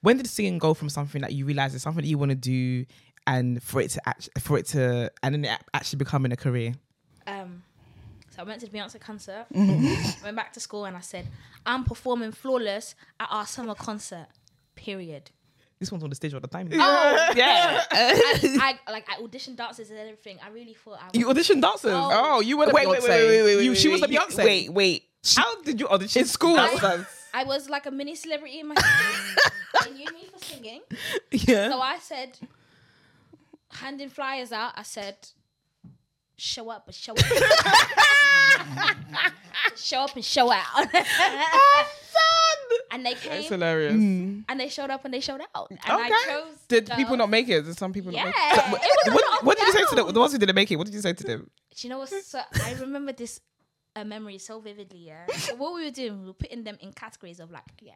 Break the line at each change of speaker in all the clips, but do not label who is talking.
when did singing go from something that you realize is something that you want to do and for it to act, for it to and then it ac- actually becoming a career?
Um, so I went to the Beyonce concert. went back to school and I said, I'm performing flawless at our summer concert. Period.
This one's on the stage all the time.
Oh,
yeah.
I, I like I auditioned dances and everything. I really thought I.
You auditioned dancers.
Oh.
Oh, you were the
Wait,
Beyonce.
wait, wait, wait, wait, wait,
You- she was the
wait,
Beyonce.
Wait, wait. How did you audition
In school.
I, I was like a mini celebrity in my. they knew me for singing,
yeah.
so I said, handing flyers out. I said, show up, but show up. show up and show out. and they came
It's hilarious.
and they showed up and they showed out. And
Mm. Okay.
I chose.
Did
the-
people not make it? Did some people
Yeah,
not
it
make it?
was a lot
What,
of
what did you say to
downs.
the, the ones who didn't make it? What did you say to them?
Do you know what? So I remember this uh, memory so vividly. Yeah, So what we were doing, we were putting them in categories of like, yeah,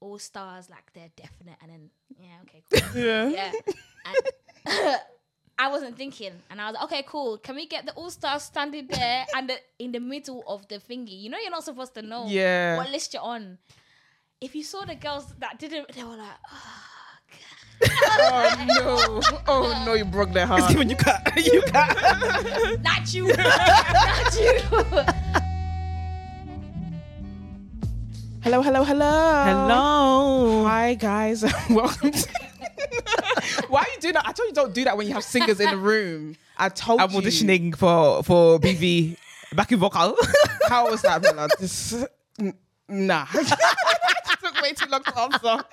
all stars, like they're definite, and then yeah, okay, cool,
Yeah.
yeah. And I wasn't thinking, and I was like, okay, cool. Can we get the all stars standing there and the, in the middle of the thingy? You know, you're not supposed to know
Yeah.
what list you're on. If you saw the girls that didn't, they were like,
Oh no! Oh no! You broke their heart.
When you cut, you cut.
not you, not you.
Hello, hello, hello.
Hello.
Hi guys, welcome. To- Why are you doing that? I told you don't do that when you have singers in the room. I told
I'm
you.
auditioning for for BV backing vocal.
How was that, Bella? This, n- nah. took way too long to answer.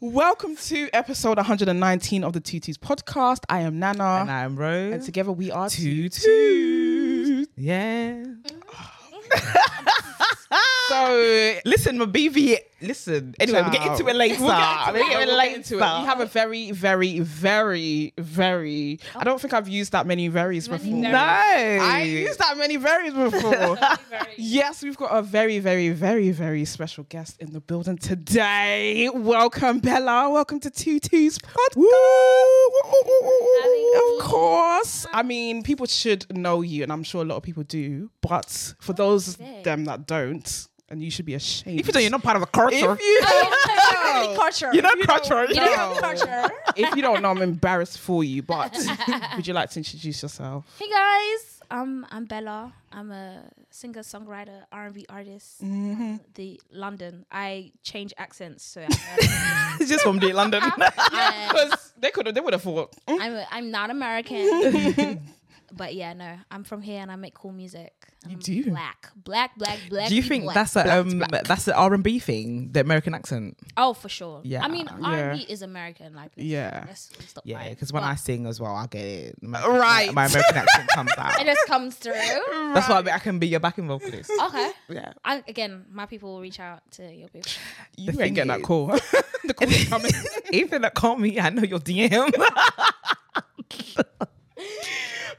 Welcome to episode 119 of the Tutus podcast. I am Nana,
and I'm Rose.
and together we are
Toot.
Tutus.
yeah.
So
Listen, my BV. Listen. Anyway, we'll get
Ciao.
into it later.
We'll get into
We'll
it.
get
We'll get
into
into it. We have a very, very, very, very. I don't think I've used that many varies
Many
before.
varies.
No.
I ain't used that many varies before. yes, we've got a very, very, very, very special guest in the building today. Welcome, Bella. Welcome to Two Twos Podcast. Of course. I mean, people should know you, and I'm sure a lot of people do. But for those of
Okay.
them that don't, and you should be ashamed.
If you don't, you're not part of a culture.
If you
culture.
You're not culture.
You
know.
know, culture.
if you don't know, I'm embarrassed for you. But would you like to introduce yourself?
Hey guys, um, I'm Bella. I'm a singer, songwriter, R and B artist.
Mm-hmm.
from The London. I change accents, so I'm,
It's just from the London.
i
Because they could have, they would have thought. mm,
I'm, I'm not American. but yeah, no, I'm from here and I make cool music. You
do?
black, black, black, black.
Do you think
black.
that's a um that's an R and B thing, the American accent?
oh for sure?
Yeah.
I mean
Yeah.
R and B is American. Like let's-
Yeah.
let's stop.
Yeah,
lying.
because when
But
I sing as well, I get it. My,
Right.
my American accent comes out.
it just comes through.
That's why I can be your backing vocalist.
Okay.
Yeah.
I, again, my people will reach out to your people.
You
thing
ain't getting that
is-
call. the call is coming. Oh.
Even that call me, I know your DM.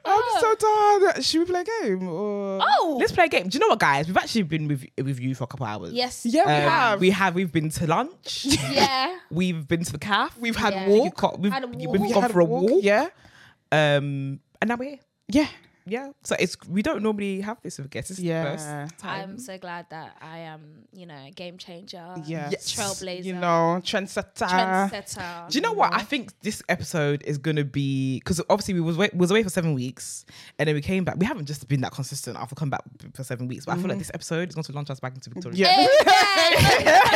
I'm so tired. Should we play a game? Or...
Oh,
Let's play a game. Do you know what, guys? We've actually been with with you for a couple hours.
yes.
Yeah, we
Um,
have.
We have. We've been to lunch.
Yeah.
we've been to the calf. We've
had
Yeah.
walk.
We've, got, we've,
Had a walk.
we've
We
gone
had
for a
walk,
walk.
Yeah.
Um, and now we're here.
Yeah.
Yeah. So it's we don't normally have this with guests. This is the
Yeah.
First time.
I'm so glad that I am, you know, a game changer,
Yeah.
Yes.
trailblazer,
You know, uh, trendsetter.
trendsetter.
Do you know what? I think this episode is gonna be because obviously we was away, was away for seven weeks and then we came back. We haven't just been that consistent after come back for seven weeks, but I
Mm.
feel like this episode is going to launch us back into Victoria.
Yeah.
Amen.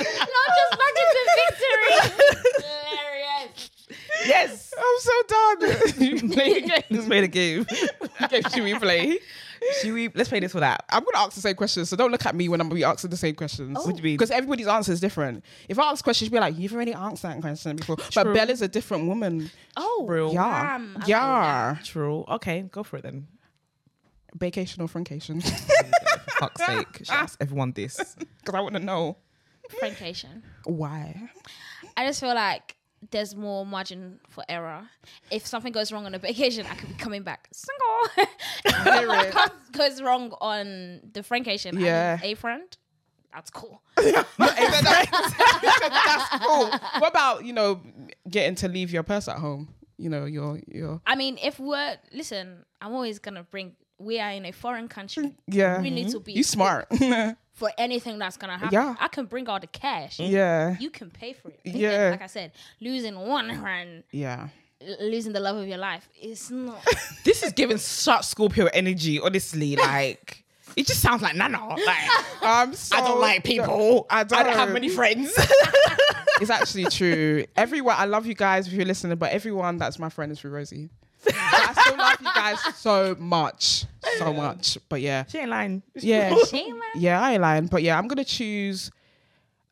Not just back into victory. Hilarious.
Yes.
I'm so done.
play a game. Let's play the game.
okay, should we play?
Should we? Let's play this or that.
I'm gonna ask the same questions, so don't look at me when I'm gonna be asking the same questions.
What do you mean?
Because everybody's answer is different. If I ask questions, you'd be like, "You've already answered that question before." But
True.
Bella's a different woman.
Oh,
Real.
Yeah,
damn. Okay,
yeah.
True. Okay, go for it then.
Vacation or francation?
For fuck's sake, should ask everyone this.
Because I want to know
Francation.
why.
I just feel like there's more margin for error. If something goes wrong on a vacation, I could be coming back single. if something goes wrong on the francation,
Yeah.
yeah. a friend, that's cool.
That's cool. Oh, What about you know getting to leave your purse at home? You know your your
I mean, if we're listen, I'm always gonna bring we are in a foreign country.
Yeah. Mm-hmm.
We need to be
You smart.
for anything that's gonna happen.
Yeah.
I can bring all the cash.
yeah.
You can pay for it.
Yeah.
Like I said, losing one hand,
Yeah.
l- losing the love of your life, it's not.
This is giving such Scorpio energy, honestly. Like, it just sounds like Nana. Like,
I'm so
I don't like people.
Oh, I
I
don't.
don't, have many friends.
It's actually true. Everyone, I love you guys if you're listening, but everyone that's my friend is through Rosie. But I still love you guys so much, so much. But yeah,
she ain't lying.
yeah,
Shame, man.
yeah, I ain't lying. But yeah, I'm gonna choose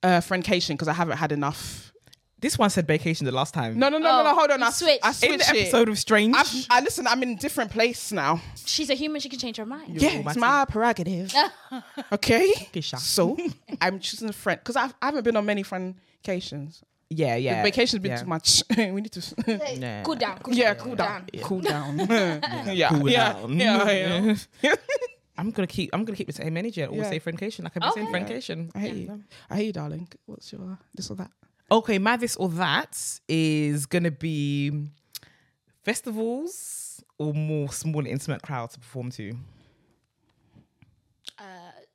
uh, friendcation because I haven't had enough.
This one said vacation the last time.
No, no, no, no, no.
Oh,
Hold on,
you
I s-
switched.
I
In
in the
switched
episode
it.
of Strange.
I've, I listen. I'm in a different place now.
She's a human. She can change her mind.
Yeah, it's my prerogative. okay.
Sha.
So I'm choosing a friend because I haven't been on many friendcations.
yeah, yeah.
Vacation's been
yeah.
too much. we need to.
Yeah.
Cool down. Cool
Yeah,
down.
cool down. Cool down. yeah. Yeah.
Cool
yeah.
down.
Yeah, yeah.
I'm gonna keep. I'm gonna keep the same energy. and always
Yeah.
say friendcation. Like I've been saying
Okay.
friendcation.
I hate you. I hate you, darling. What's your this or that?
Okay, my this or that is gonna be festivals or more small intimate crowd to perform to.
Uh,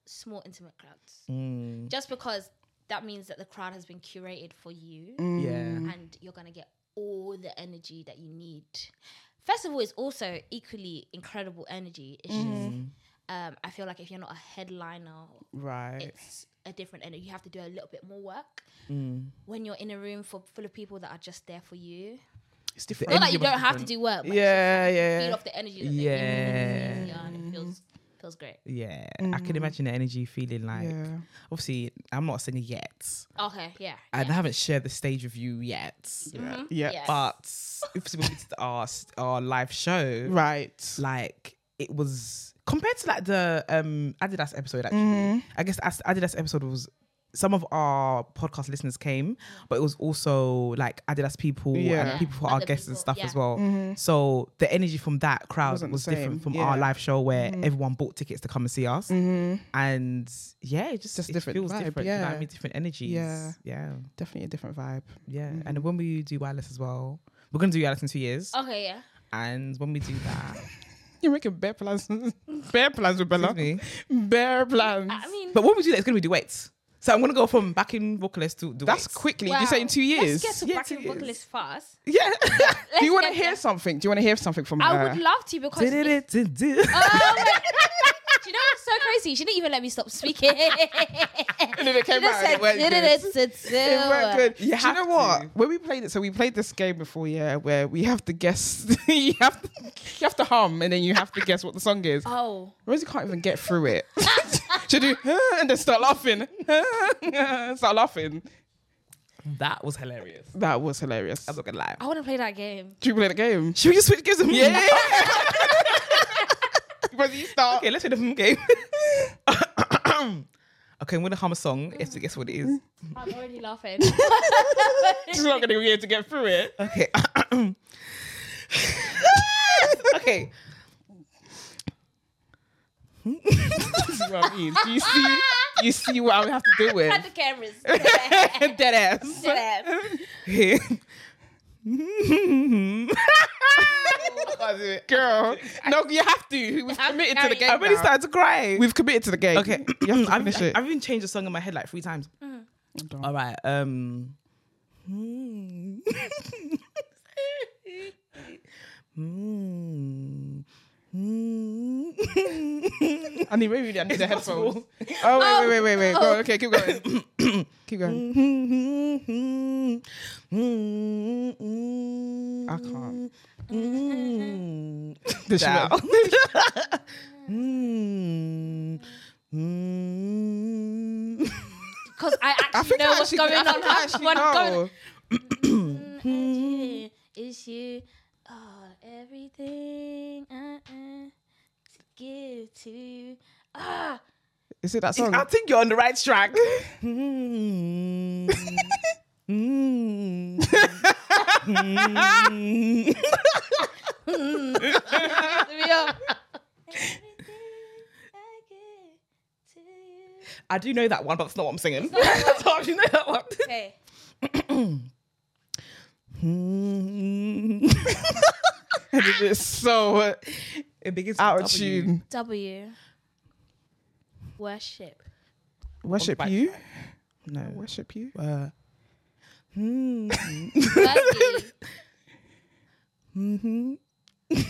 small, intimate crowds.
Mm.
Just because that means that the crowd has been curated for you,
Mm.
Yeah.
and you're gonna get all the energy that you need. Festival is also equally incredible energy. It's
Mm-hmm.
just, um, I feel like if you're not a headliner
Right.
it's a different and you have to do a little bit more work
Mm.
when you're in a room for full of people that are just there for you
It's different.
not like
energy
you
was
don't have to do work but
Yeah,
you feel
yeah.
off the energy that
Yeah.
they give you. and it feels feels great
Yeah, I can imagine the energy feeling like.
Mm. Yeah.
Obviously, I'm not a singer yet,
okay yeah Mm-hmm.
and I haven't shared the stage with you yet.
Yeah.
Yeah.
But if we did our our live show,
Right.
like it was compared to like the um Adidas episode actually.
Mm-hmm.
I guess as- Adidas episode was some of our podcast listeners came, but it was also like Adidas people
Yeah.
and
Yeah. Mm-hmm.
people who are our
Other
guests and
people,
stuff
yeah.
as well. So the energy from that crowd
Wasn't the
was different
same,
from our
yeah. Mm-hmm.
live show where everyone bought tickets to come and see us. And yeah, it just,
Just
it
different
feels
vibe,
different. you know what
yeah.
I mean? Different energies.
Yeah. Mm-hmm.
Yeah.
Definitely a different vibe.
Yeah. And when we do wireless as well, we're gonna do wireless in two years.
okay yeah
And when we do that,
You're making bare plans. bare plans with Bella.
excuse me.
Bare plans.
i mean
But when we do that, it's going to be duets. So I'm going to go from backing vocalist to duets.
That's quickly. You say in
wow.
two years.
let's get to
Yeah,
back
two
in book
years.
list fast
Yeah.
Let's
Do you want to
get
hear
there.
something? Do you want to hear something from
i
her?
would love to because it-
Du-du-du-du-du.
Oh my- Do you know what's so crazy? She didn't even let me stop speaking. and
then it came out and it went good. It worked good.
You
Do you
have
know
to.
what? When we played it, so we played this game before, yeah, where we have to guess. you have to, you have to hum, and then you have to guess what the song is.
Oh.
Rosie can't even get through it. she do "Huh," and then start laughing, start laughing.
that was hilarious.
That was hilarious.
I'm not going to lie.
I want to play that game.
Do you play the game?
Should we just switch gears? Yeah.
Rosie, you start.
okay, let's do the hmm game. okay, I'm going to hum a song. You have to guess what it is.
I'm already laughing.
She's not going to be able to get through it.
Okay. okay.
This is what I mean. Do you see? do you see what I would have to deal
Cut the
with?
cameras.
Dead ass.
Okay.
Girl, no, you have to. We've
I'm
committed to the
very-
game.
I really
now.
started to cry.
We've committed to the game.
okay.
You have to
I've,
finish it.
I've even changed the song in my head like three times.
done.
All right. Um. Hmm. Hmm. Hmm.
I need maybe I need the
possible.
headphones. Oh wait, wait, wait, wait, wait. Go, okay, keep going. keep going. I can't.
Mm-hmm.
This
Down.
should
Mm-hmm.
Because I
I
actually
think
know
I
what's
actually,
going
I
on.
think I actually
What's going
know.
Mm, on? It's you. Oh, everything I am to give to you. Ah,
Is it that song?
I think you're on the right track. Mm-hmm.
Mm.
real. everything I give to you.
I do know that one, but that's not what I'm singing. so I do know that one.
Okay.
Hmm.
Mm. it's so. It's
It begins with
Out of
W.
tune.
W. Worship.
Worship
Right.
you.
No.
Worship you.
Uh, hmm.
Worthy. Mm-hmm.
hmm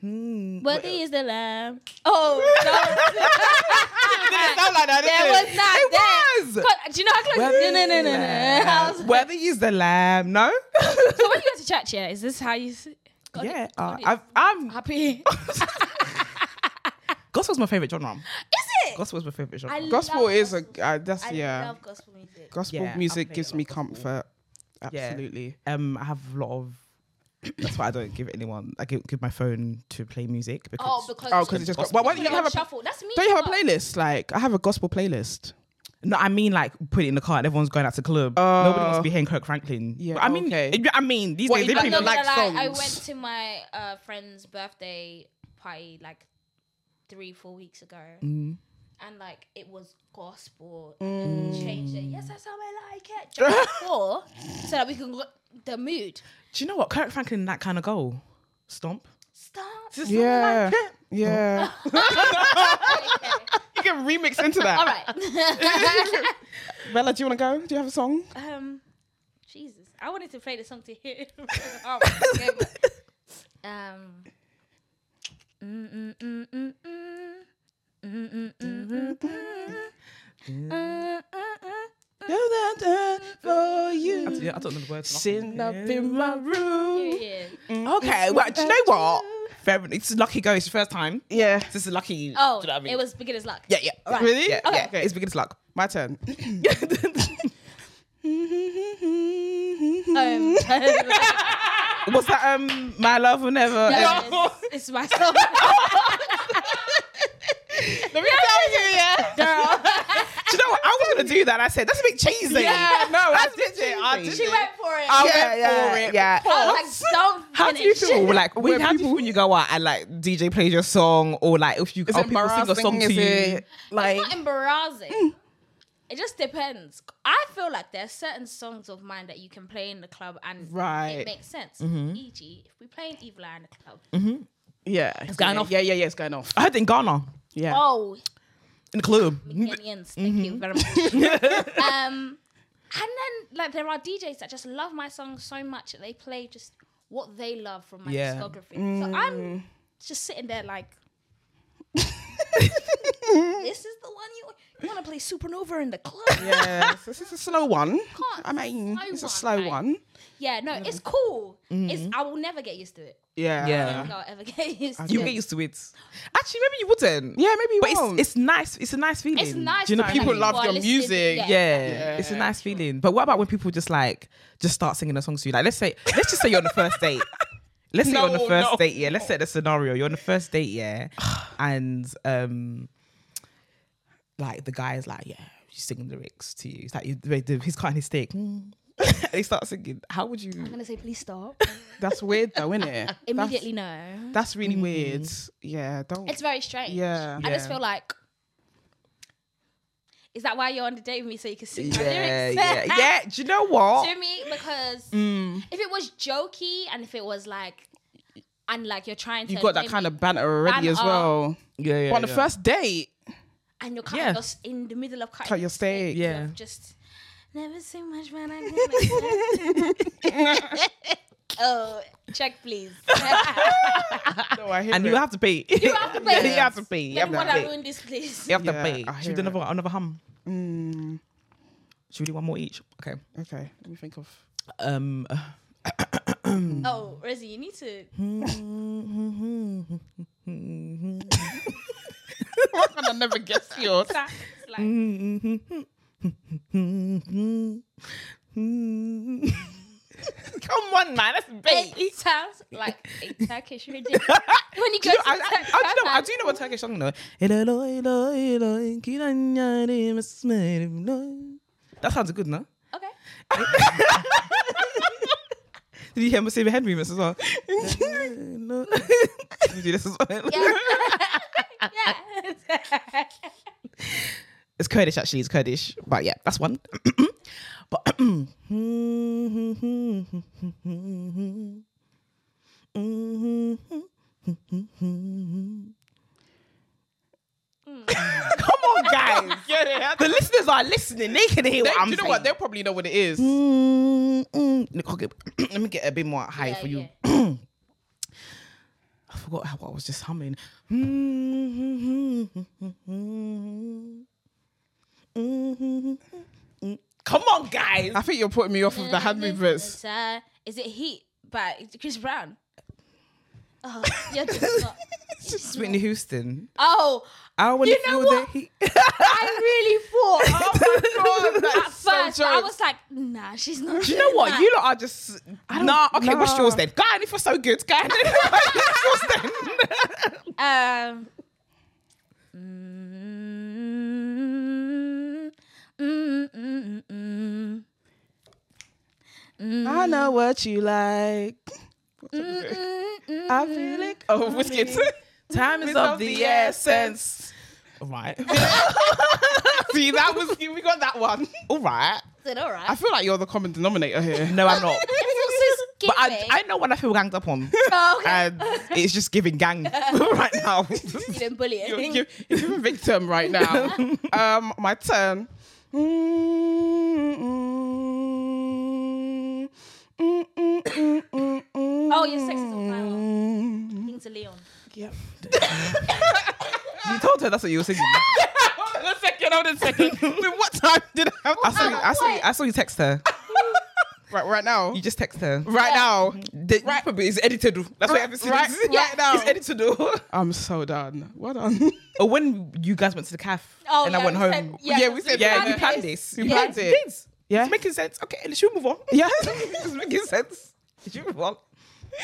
hmm.
Worthy is the lamb. Oh, no.
Didn't sound like that, did
There
it?
was not
It
that.
was.
God, do you know how close?
Worthy
No, no, no,
is the
no, no. I
lamb.
was like,
Whether he's the lamb, no?
so when you go to church, yeah, is this how you? s- God,
yeah, uh,
God is
I've, I'm.
happy.
Gospel's my favorite genre.
Is it?
Gospel's my favorite genre.
I
Gospel
love
is a uh, that's
I
yeah.
love gospel music.
Gospel
Yeah, I
music
play
gives
a lot
me
of gospel.
comfort.
Yeah.
Absolutely.
um, I have a lot of. That's why I don't give anyone. I give, give my phone to play music because.
Oh, because
Oh, because it just got. Well, why don't you
Put it on
have a
shuffle. That's me.
don't you have
as
a
well.
playlist? Like I have a gospel playlist.
No, I mean like put it in the car and everyone's going out to club.
Oh.
Nobody wants to be hearing Kirk Franklin.
Yeah,
I mean,
okay.
I mean these
What,
days they
you don't
I'm
people
not
like
like.
gonna lie. I
songs.
went to my uh, friend's birthday party like three, four weeks ago,
Mm.
and like it was gospel. and
Mm.
it Changed it. Yes, that's how I like it. Just before, so that we can look the mood.
Do you know what Kirk Franklin that kind of goal? Stomp.
Start.
Just
Yeah.
like it.
Yeah. you can remix into that.
All right.
Bella, do you want to go? Do you have a song?
um, Jesus, I wanted to play the song to him. Oh, okay, but- um. Mm, mm, mm, mm, mm. Mm, mm, mm, mm, mm. Mm, mm, mm.
uh,
I
For you.
don't- I don't know the words.
Sitting up in
my
my room.
Yeah.
Okay, well, do you know what? Fair, it's Lucky Go. It's the first time.
Yeah.
This is Lucky.
Oh,
do you know what I mean?
it was beginner's luck.
Yeah, yeah.
Right.
Really?
Yeah,
Okay.
yeah. It's beginner's luck.
My turn.
Um,
Was that um my love will never?
no,
end?
it's, it's my song.
Let me tell you, yeah.
Do you know what? I was gonna do that. I said that's a bit cheesy.
Yeah, no, I
That's a
did
bit
it. I
cheesy.
did
she
it.
went for it.
I
I
Yeah,
went
yeah,
for it.
was
yeah.
like, don't
How do you
finish.
feel? Like when,
Where
how do you
people-
feel when you go out and like DJ plays your song or like if you
Is
or
it
people sing your song
embarrassing?
to
Is
you?
it like
It's not
Hmm.
embarrassing. It just depends. I feel like there's certain songs of mine that you can play in the club and
Right.
it makes sense.
Mm-hmm.
E.g., if we playing Evil Eye in the club,
yeah? It's
going
yeah,
off.
Yeah, yeah, yeah. It's going off.
I heard it in Ghana
Yeah.
Mm-hmm.
oh,
in the club.
Kenyans, thank you very much. um, and then like there are DJs that just love my song so much that they play just what they love from my
Yeah.
discography. So I'm just sitting there like, this is the one you you want to play Supernova in the club.
Yeah, so this is a slow one.
Can't.
I mean,
Slow
it's a
one,
slow
like-
one.
Yeah, no, it's cool. It's I will never get used to it.
Yeah.
Yeah.
I don't think I'll ever get used to
You
it.
get used to it. Actually, maybe you wouldn't.
Yeah, maybe you
but
won't.
it's it's nice. It's a nice feeling.
it's nice.
Do you know
when
people
love
are
your
listening to-
music.
Yeah, it's a
Yeah.
nice feeling. But what about when people just like just start singing a song to you? Like let's say let's just say you're on the first date. Let's say you're on the
No,
first
no,
date, yeah. Let's set the scenario. You're on the first date, yeah, and um, like the guy is like, yeah, he's singing lyrics to you. It's like you- the- the- he's cutting his steak. Mm. they start singing. How would you?
I'm gonna say please stop
That's weird though, isn't it?
immediately. No,
That's really
Mm.
weird. Yeah, don't.
it's very strange.
Yeah.
I just
Yeah.
feel like. Is that why you're on the date with me so you can sing my
Yeah,
lyrics?
yeah, yeah. Do you know what?
to me because if it was jokey and if it was like and like you're trying to
you got that
maybe-
kind of banter already
Banter.
as well.
Yeah, yeah.
But on the first date,
and you're kind
Yeah.
of just in the middle of cutting
cut your steak.
Yeah.
of just never so much when I get Oh, check please.
No, I hear
and you
it.
have to pay.
you have to pay.
you have to pay. You
Let
have
me
to
wanna
pay.
ruin this please.
You have
Yeah,
to pay.
I
Should we
hear
do
it.
another another hum?
Mm,
Should we do one more each? Okay.
okay, let me think of.
Um.
Oh, Rosie, you need to.
Why can I never guess yours?
It's like,
Come on, man, that's big.
it sounds like a Turkish ridiculous. when you go
I,
to
I, I, I, do know, I do know what Turkish song though. That sounds good, no?
Okay.
Did you hear me say the Henry verse as well? Let me do this as well.
Yeah.
It's Kurdish actually, it's Kurdish. But yeah, that's one. but Come on, guys. the listeners are listening. They can hear
They,
what I'm
do you know
saying.
what? They'll probably know what it is.
Mm, mm. Nicole, get- Let me get a bit more high for you. I forgot how I was just humming. Mm-hmm. Come on, guys.
I think you're putting me off of the hand movements.
It's, uh, is it Heat by Chris Brown? Oh, you're just not.
It's Whitney Houston.
Oh,
I want to
You know
feel
what?
that heat.
I really thought.
Oh my god,
At
that's so
first, I
jokes.
was like, nah, she's not.
Do you know what? You lot are just. nah, okay, what's
nah.
yours then? God, if you're so good, God. what's yours then?
Um. mm, mm, mm, mm,
I know what you like.
mm, mm.
I feel it. Oh, Whiskey.
Time is of the essence. All right.
See, that was we got that one.
All right.
Is it all right?
I feel like you're the common denominator here.
No, I'm not.
It's so
But I,
skinny.
I know when I feel ganged up on.
Oh, okay.
And it's just giving gang right now.
you didn't bully it.
You're, you're, you're a victim right now. um, my turn.
Oh, your sex is on
Mm.
fire.
Mm.
King to Leon.
you told her that's what you were singing.
Hold on a second, hold on a second. Wait, what time did I
Oh,
have
I saw, you, I, saw you, I saw you text her.
Right, right now.
You just text her.
Right now.
The, right. Probably it's edited. That's what happens.
Right, right now.
It's edited.
I'm so done. Well done.
Or Oh, when you guys went to the calf
Oh,
and
yeah,
I went
we
home.
said-
yeah,
yeah,
we
we
said,
planned
yeah, you
this.
planned this.
We
Yeah.
planned
It
it.
did.
Yeah.
It's making sense. Okay, let's should we move on.
Yeah.
it's making sense. Did you move on?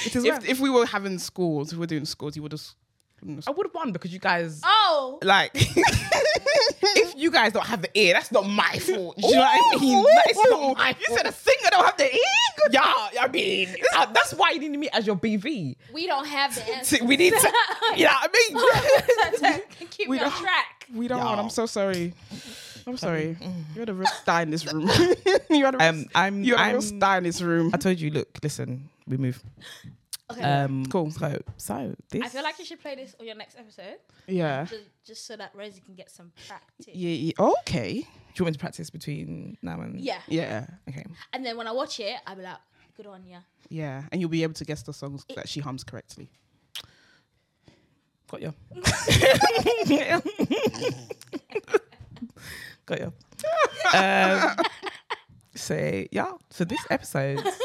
It is well.
if, if we were having schools, if we were doing schools, you would have.
I would have won because you guys
Oh,
like if you guys don't have the ear, that's not my fault. Do you know what I mean? That is not my You said a singer don't have the ear. Yeah, I mean uh, that's why you need me as your BV.
we don't have the answer.
See, we need to, you know what I mean.
Keep me on track.
We don't.
Yeah.
I'm so sorry. I'm sorry. You're the real star in this room. You're the real,
Um, I'm.
you're the
I'm
real star in this room.
I told you. Look, listen. We move.
Okay.
Uh,
Um,
Cool.
So, so this.
I feel like you should play this on your next episode,
Yeah.
just, just so that Rosie can get some practice. Yeah.
Uh. Yeah. yeah. Okay.
Do you want me to practice between now and?
Yeah.
Okay.
And then when I watch it, I'll be like, good on ya.
Yeah. And you'll be able to guess the songs that she hums correctly.
Got you. Got you. Um, so yeah, so this episode is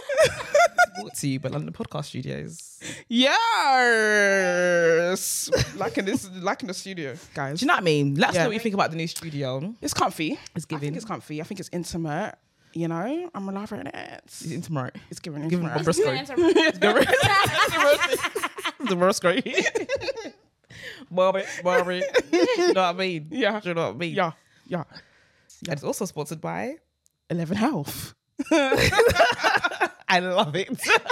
brought to you by London Podcast Studios.
Yes. like in this, like in the studio,
Do
guys.
you know what I mean? Let us
Yeah.
know what you think about the new studio.
It's comfy.
It's
I think
giving.
it's comfy. I think it's intimate. You know, I'm alive in
It's
it.
in tomorrow.
It's giving.
Giving
intimate.
a Briscoe.
Names are- Wait,
the worst great. Barbie, Barbie. Do you know what I mean?
Yeah.
Do you know what I mean?
Yeah. Yeah.
And it's also sponsored by
Eleven Health.
I love it.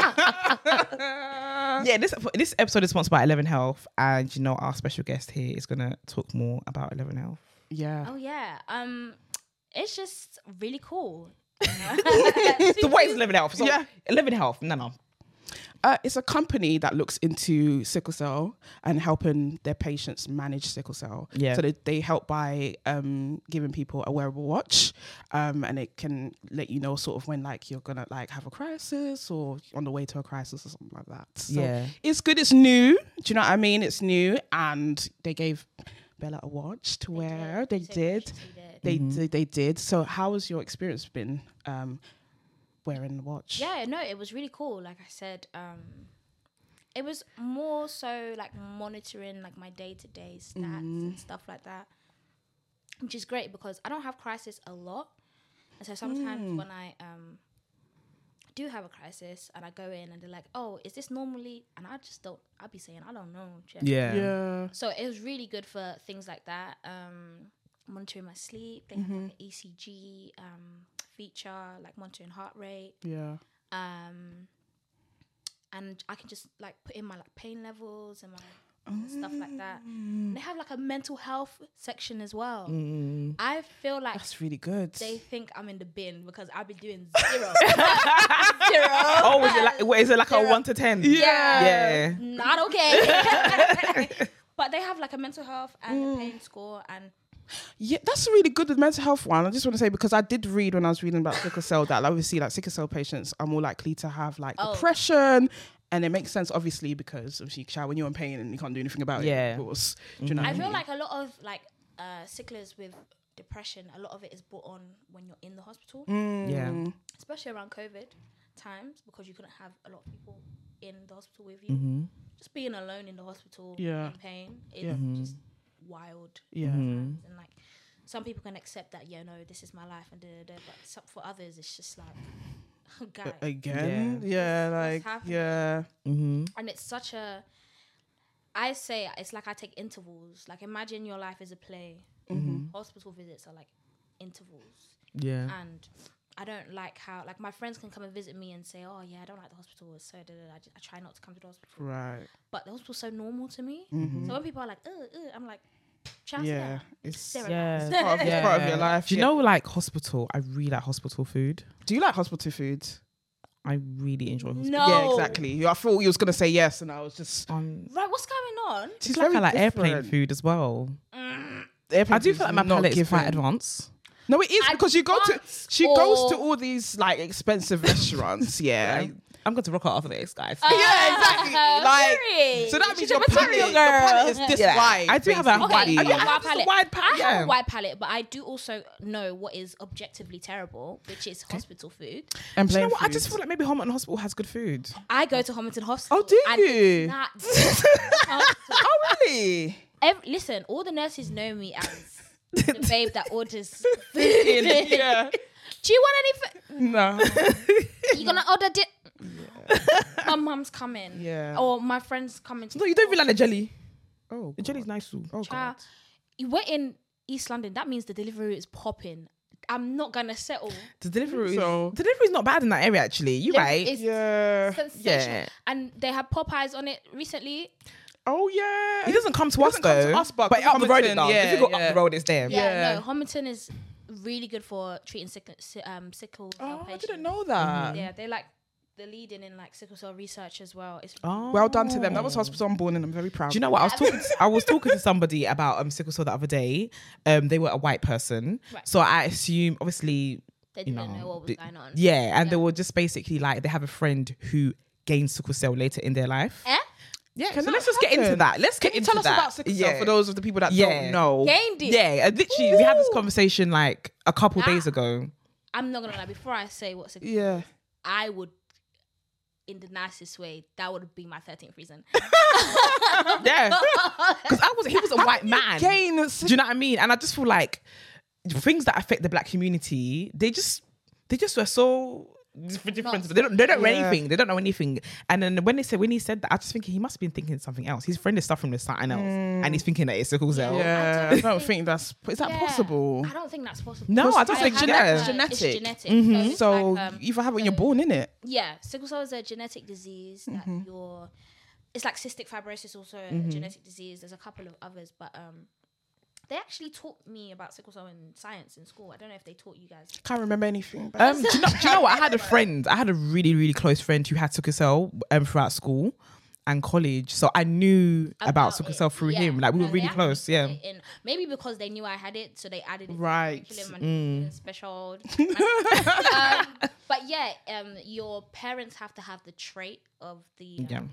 yeah, this this episode is sponsored by Eleven Health, and you know our special guest here is gonna talk more about Eleven Health.
Yeah.
oh yeah. Um, it's just really cool.
So what is Eleven Health? So
Yeah.
Eleven Health. No, no.
Uh, it's a company that looks into sickle cell and helping their patients manage sickle cell.
Yeah.
So they, they help by um, giving people a wearable watch, um, and it can let you know sort of when like you're gonna like have a crisis or on the way to a crisis or something like that. So
Yeah.
It's good. It's new. Do you know what I mean? It's new, and they gave Bella a watch to wear. They
So
did.
she did.
They did. They did. So how has your experience been um, wearing the watch?
Yeah, no, it was really cool. Like I said, um, it was more so like monitoring like my day to day stats and stuff like that, which is great because I don't have crisis a lot, and so sometimes when I um do have a crisis and I go in and they're like, "Oh, is this normally?" and I just don't. I'll be saying, "I don't know." do you know?
Yeah.
Yeah.
So it was really good for things like that. Um, monitoring my sleep. They have like an ECG um, feature, like monitoring heart rate
Yeah.
um and i can just like put in my like pain levels and my and stuff like that. And they have like a mental health section as well. I feel like
That's really good.
they think I'm in the bin because I've been doing zero. zero.
Oh, is it like what is it like a
Zero.
one to ten?
Yeah.
Yeah.
Not okay. but they have like a mental health and a pain score and
Yeah, that's really good with mental health one. I just want to say because I did read when I was reading about sickle cell that like, obviously like sickle cell patients are more likely to have like
Oh.
depression, and it makes sense obviously because obviously child, when you're in pain and you can't do anything about it.
Yeah. Mm-hmm.
of course. Do you know? what
I
mean?
feel like a lot of like uh, sicklers with depression, a lot of it is brought on when you're in the hospital,
Mm.
Yeah.
especially around COVID times because you couldn't have a lot of people in the hospital with you. Just being alone in the hospital,
Yeah.
in pain, it's
Yeah.
just wild.
Yeah.
Mm-hmm.
sometimes. And like some people can accept that, yeah, no, this is my life, and da, da, da, but some, for others, it's just like, oh, guy.
again, yeah, like
happening?
yeah,
Mm-hmm.
and it's such a i say it's like i take intervals like imagine your life is a play
Mm-hmm.
hospital visits are like intervals
Yeah.
and i don't like how like my friends can come and visit me and say oh yeah i don't like the hospital it's so da, da, da. I, just, I try not to come to the hospital
right,
but the hospital's so normal to me so when people are like ugh, ugh, i'm like
Mm-hmm. yeah,
Chance yeah.
it's
They're
Yeah.
relaxed.
part of, it's part of your life.
Do you
yeah.
know like hospital? I really like hospital food.
Do you like hospital food?
I really enjoy
Mm.
hospital.
no
Yeah, exactly. I thought you was gonna say yes, and I was just.
Um,
right what's going on
it's like I
very
like airplane
different.
food as well.
Airplane
I do
food's
feel like my
not
palate is quite
given.
advanced.
No, it is because you go to
Advanced
she goes to
or-
all these like expensive restaurants. Yeah.
I, I'm going to rock out after this, guys.
yeah, exactly.
Uh,
Like
sorry.
so that
She's
means
a
your palate,
material
your palate is
girl.
this
Yeah.
wide.
I do have a
Okay,
basically.
Wide.
I do have a wide
Just a
palette.
wide palette,
I have
yeah.
a wide palette, but I do also know what is objectively terrible, which is hospital food.
And
Do you know
plain
what? I just
food.
feel like maybe Homerton Hospital has good food.
I go to Homerton Hospital.
do
I
you?
not go to hospital.
Oh really?
Ev- listen, all the nurses know me as the babe that orders food.
yeah.
Do you want any food?
No.
You gonna order di- My mum's coming.
Yeah.
Or my friend's coming. To
No, you don't really like the jelly.
Oh.
The jelly's nice too. Oh,
Uh, you were in East London. That means the delivery is popping. I'm not gonna settle.
The delivery is
So-
the delivery's not bad in that area actually. You right?
It's
Yeah.
sensational.
Yeah.
And they had Popeyes on it recently.
Oh yeah.
It doesn't come to
It
us
doesn't come
though.
to us, but
up the road
Homerton,
it does.
yeah,
if you go
yeah.
up the road, it's there.
Yeah,
Yeah.
no, Homerton is really good for treating sickle, si- um, sickle cell
Oh, I
patients.
didn't know
Mm-hmm.
that.
Yeah, they like the leading in like sickle cell research as well. It's
Oh.
Well done to them. That was hospital I'm born in. I'm very proud.
Do you know what I was talking? To, I was talking to somebody about um sickle cell the other day. Um, they were a white person,
Right.
so I assume obviously,
they
you
didn't
know,
know what was
the-
going on.
yeah, and they were just basically like they have a friend who gained sickle cell later in their life.
Eh?
Yeah,
Can
so
that
let's just get
happen?
into that. Let's
Can
get
you
into
tell us
that.
about sickle cell
Yeah.
for those of the people that
Yeah.
don't know?
Gained it.
Yeah, and literally, we had this
Ooh.
conversation like a couple days
Ah.
ago.
I'm not gonna lie. Before I say what sickle,
Yeah.
I would, in the nicest way, that would be my 13th reason.
Yeah, because I was he was a white man.
Gain.
Do you know what I mean? And I just feel like things that affect the black community, they just they just were so dif- different. They don't they don't know
Yeah.
anything. They don't know anything. And then when they said when he said that, I just thinking he must have been thinking something else. His friend is suffering with something else, and he's thinking that it's sickle cell.
Yeah. I don't think that's is that
Yeah.
possible?
I don't think that's possible.
No, I don't
Because
think
have,
genetic- Mm-hmm.
uh,
genetic.
It's genetic. So, it's
Mm-hmm. So
like, um,
you either have it when you're born in it.
yeah, sickle cell is a genetic disease that you're. It's like cystic fibrosis, also a genetic disease. There's a couple of others, but um, they actually taught me about sickle cell in science in school. I don't know if they taught you guys.
Can't remember anything. But
Um, do, you know, do you know what? I had a friend. I had a really, really close friend who had sickle cell um, throughout school and college, so I knew about, sickle
it.
cell through
Yeah.
him. Like we
No,
were
they
really
actually
close.
put
Yeah,
it in. maybe because they knew I had it, so they added it. to the
Right.
Mm.
curriculum and Special. um, but yeah, um, your parents have to have the trait of the um,
Yeah.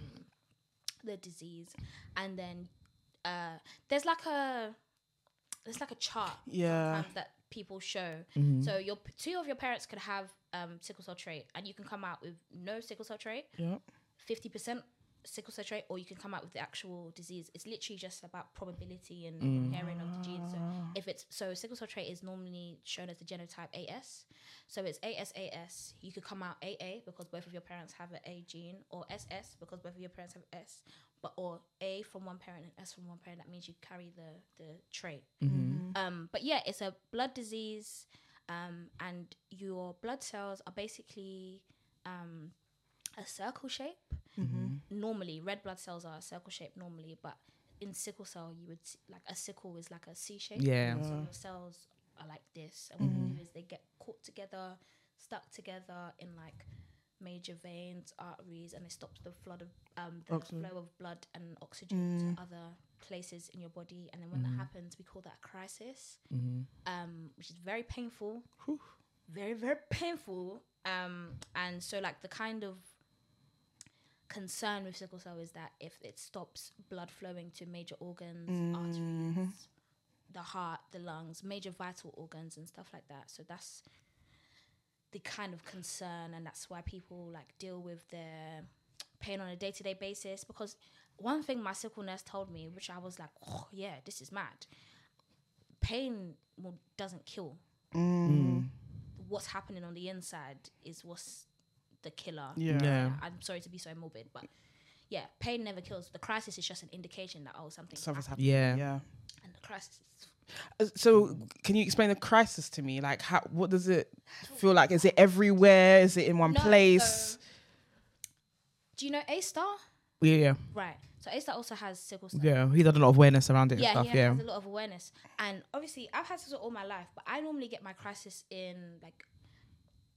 the disease, and then uh, there's like a there's like a chart
Yeah.
sometimes that people show. So your p- two of your parents could have um, sickle cell trait, and you can come out with no sickle cell trait
Yep.
fifty percent sickle cell trait, or you can come out with the actual disease. It's literally just about probability and pairing of the genes. So if it's so sickle cell trait is normally shown as the genotype AS. So it's ASAS. You could come out AA because both of your parents have an A gene, or SS because both of your parents have S, but or A from one parent and S from one parent. That means you carry the the trait. Um, but yeah, it's a blood disease. Um, and your blood cells are basically um, a circle shape normally red blood cells are a circle shape normally but in sickle cell, you would see, like a sickle is like a C shape.
Yeah.
So your cells are like this, and what they do is they get caught together, stuck together in like major veins, arteries, and it stops the flood of um, the
Oxygen.
flow of blood and oxygen to other places in your body. And then when that happens, we call that a crisis, um, which is very painful very very painful um and so like the kind of concern with sickle cell is that if it stops blood flowing to major organs arteries the heart the lungs major vital organs and stuff like that so that's the kind of concern and that's why people like deal with their pain on a day-to-day basis because one thing my sickle nurse told me which i was like oh yeah this is mad pain will- doesn't kill
Mm.
what's happening on the inside is what's the killer. Uh,
Yeah. Yeah.
I'm sorry to be so morbid, but yeah, pain never kills. The crisis is just an indication that oh something.
Something's happening.
Yeah.
Yeah.
And the crisis. is-
Uh, So, can you explain the crisis to me? Like, how? What does it feel like? Is it everywhere? Is it in one
No,
place?
so- do you know A Star?
Yeah, yeah,
Right. So A Star also has sickle cell.
yeah. He's had a lot of awareness around it
yeah,
and stuff.
he
Yeah,
has a lot of awareness. And obviously, I've had sickle all my life, but I normally get my crisis in like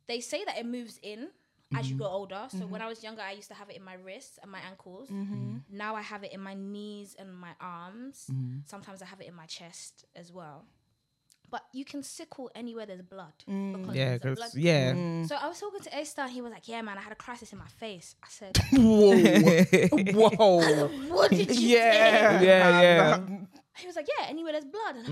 they say that it moves in as
Mm-hmm.
you grow older. So when I was younger, I used to have it in my wrists and my ankles.
Mm-hmm.
Now I have it in my knees and my arms.
Mm-hmm.
Sometimes I have it in my chest as well. But you can sickle anywhere there's blood. Because
Mm, yeah,
there's a
'cause-
blood-
yeah.
Mm.
So I was talking to A Star, and he was like, "Yeah, man, I had a crisis in my face." I said,
Whoa, whoa,
"What did you
yeah,
say?"
Yeah, yeah.
Um,
He was like, "Yeah, anywhere there's blood." And I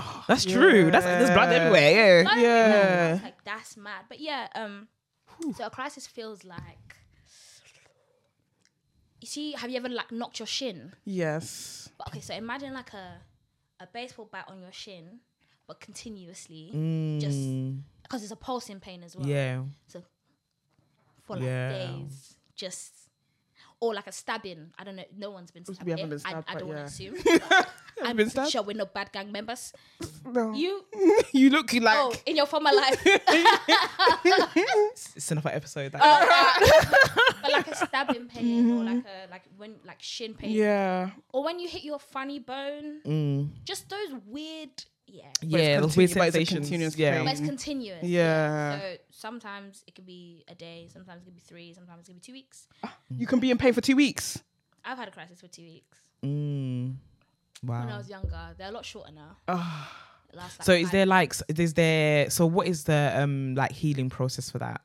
Mm. That's true. That's there's blood everywhere. Yeah,
Like,
Yeah.
it's like that's mad. But yeah, um, so a crisis feels like. You see, have you ever like knocked your shin?
Yes.
But, okay, so imagine like a a baseball bat on your shin, but continuously,
Mm.
just because it's a pulsing pain as well.
Mm. yeah.
So for like
Yeah.
days, just or like a stabbing. I don't know. No one's been stabbed.
We haven't been
I-
stabbed,
I,
but
don't
yeah.
want to assume.
I've
I'm
been
pretty
stabbed.
sure we're not bad gang members.
No.
You
you look like.
oh in your former life.
It's another episode.
Oh.
That
uh, but like a stabbing pain or like a like when like shin pain
Mm-hmm. Yeah.
or when you hit your funny bone
Mm.
just those weird yeah
yeah, those weird
continu- but it's a
sensations.
continuous
yeah,
but
pain.
it's continuous
Yeah.
so sometimes it could be a day sometimes it could be three sometimes it could be two weeks
You can be in pain for two weeks.
i've had a crisis for two weeks
Mm.
when i
Wow.
was younger they're a lot shorter now
Ah.
It lasts, like,
So is
five-
there like s- is there so what is the um like healing process for that?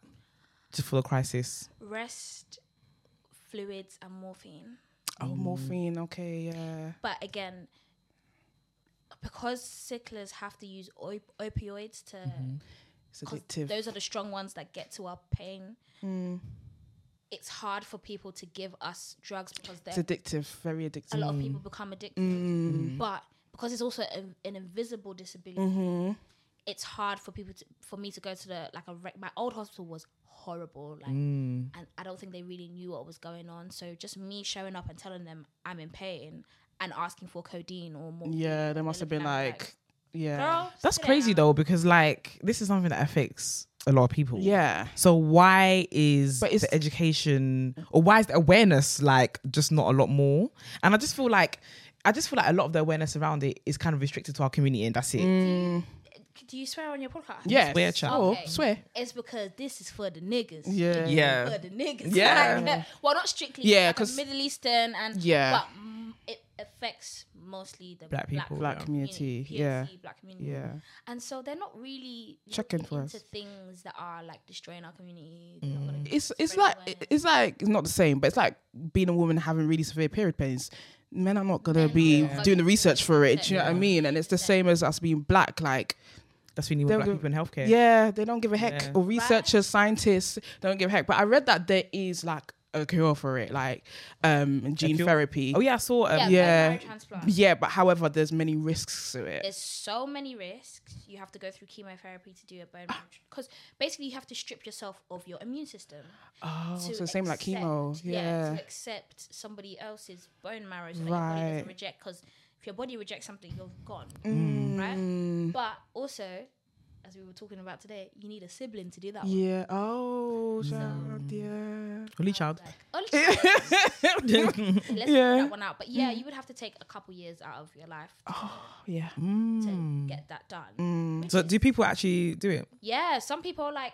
Just for the crisis.
rest fluids and morphine
Oh, morphine. Okay, yeah.
but again because sicklers have to use op- opioids to
Mm-hmm.
It's
'Cause
addictive.
Those are the strong ones that get to our pain.
Hmm.
It's hard for people to give us drugs because
it's
they're,
addictive. Very
a
addictive.
lot of
Mm.
people become addicted. But because it's also a, an invisible disability,
Mm-hmm.
it's hard for people to, for me to go to the like a rec- my old hospital was horrible, like,
Mm.
and I don't think they really knew what was going on. So just me showing up and telling them I'm in pain and asking for codeine or more.
Yeah, they must have been
looking at me
like, yeah.
Girl,
That's
sit
crazy
down."
though, because like this is something that affects a lot of people.
Yeah.
So why is
But it's-
the education or why is the awareness like just not a lot more? And I just feel like I just feel like a lot of the awareness around it is kind of restricted to our community and that's it.
Mm.
Do you swear on your podcast?
Yeah.
Swear, child.
Oh,
Okay.
swear.
It's because this is for the niggas.
Yeah.
Yeah.
For the niggas.
Yeah.
Like, no- well, not strictly.
Yeah,
like a
'cause-
Middle Eastern and
Yeah.
But mm, it affects mostly the
Black people.
Black
Yeah.
community.
POC,
Yeah.
E, Black community.
Yeah.
And so they're not really
Check in
looking
for
into
us.
things that are like destroying our community. They're not gonna
It's it's
spread
like
awareness.
it's like it's not the same, but it's like being a woman having really severe period pains. Men are not gonna
Men are
be
not gonna
doing the research for it. Do you know what I
Yeah.
mean? And it's the same as us being black. Like,
That's when you
They'll
want black
do-
people in healthcare.
yeah, they don't give a heck.
Yeah.
Or researchers, scientists don't give a heck. But I read that there is like a cure for it, like um gene
cure?
therapy.
Oh yeah, I saw um, yeah.
yeah, bone
yeah.
marrow transplant.
Yeah, but however, there's many risks to it.
There's so many risks. You have to go through chemotherapy to do a
Ah.
bone because basically you have to strip yourself of your immune system.
Oh, so
to
the same like chemo.
accept-
Yeah.
to accept somebody else's bone marrow so that your body
Right.
doesn't
Mm.
reject. Because if your body rejects something, you're gone, right? But also, as we were talking about today, you need a sibling to do that. one.
Yeah. Oh,
Mm.
child. Yeah.
Holy
I was
child.
like, "Oh, let's let's
Yeah.
figure that one out. But yeah, you would have to take a couple years out of your life to
Oh, yeah.
get that done.
Mm.
Which
So
is-
do people actually do it?
yeah, some people are like,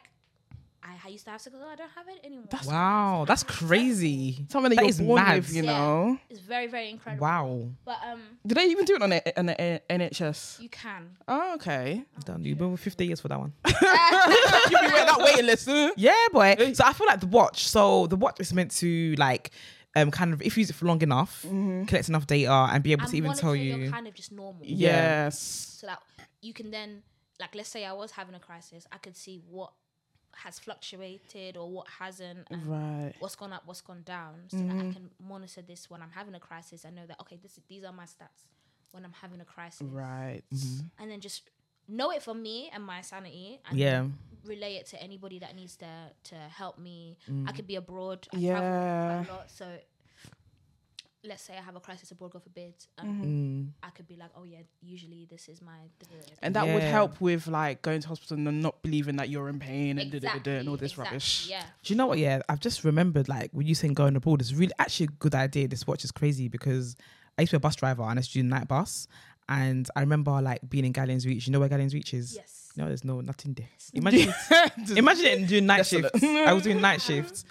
I, I used to have sex, oh, I don't have it anymore.
Wow, that's crazy.
Something that,
That
you're
is
born
mad.
with, you
Yeah.
know.
It's very, very incredible.
Wow.
But um,
Do they even do it on the, on the N- NHS?
you can.
Oh, okay.
Done. You've been with 50 years for that one.
you be waiting that waiting list. huh?
Yeah, boy. So I feel like the watch. So the watch is meant to like, um, kind of if you use it for long enough, collect enough data, and be able
Mm-hmm. And
to even tell
monitoring your
you.
kind of just normal.
Yes.
So that you can then, like, let's say I was having a crisis, I could see what has fluctuated or what hasn't. and
Right.
What's gone up, what's gone down, so that
Mm-hmm.
I can monitor this when I'm having a crisis. I know that okay, this is, these are my stats when I'm having a crisis,
Right.
Mm-hmm.
and then just know it for me and my sanity, and
Yeah.
relay it to anybody that needs to to help me. I could be abroad. I
Mm. Yeah.
travel quite a lot, so let's say I have a crisis abroad, God forbid,
Mm-hmm.
and
Mm.
I could be like, oh yeah, usually this is my.
And that would
Yeah.
help with like going to hospital and then not believing that you're in pain and da-da-da-da and all this
exactly,
rubbish.
Yeah,
Do you know what? Yeah, I've just remembered like when you saying going abroad is really actually a good idea. This watch is crazy because I used to be a bus driver and I used to do night bus, and I remember like being in Galleons Reach. You know where Galleons Reach is?
yes.
No, there's no nothing there. Imagine, imagine it doing night
Desolate.
shifts. I was doing night shifts.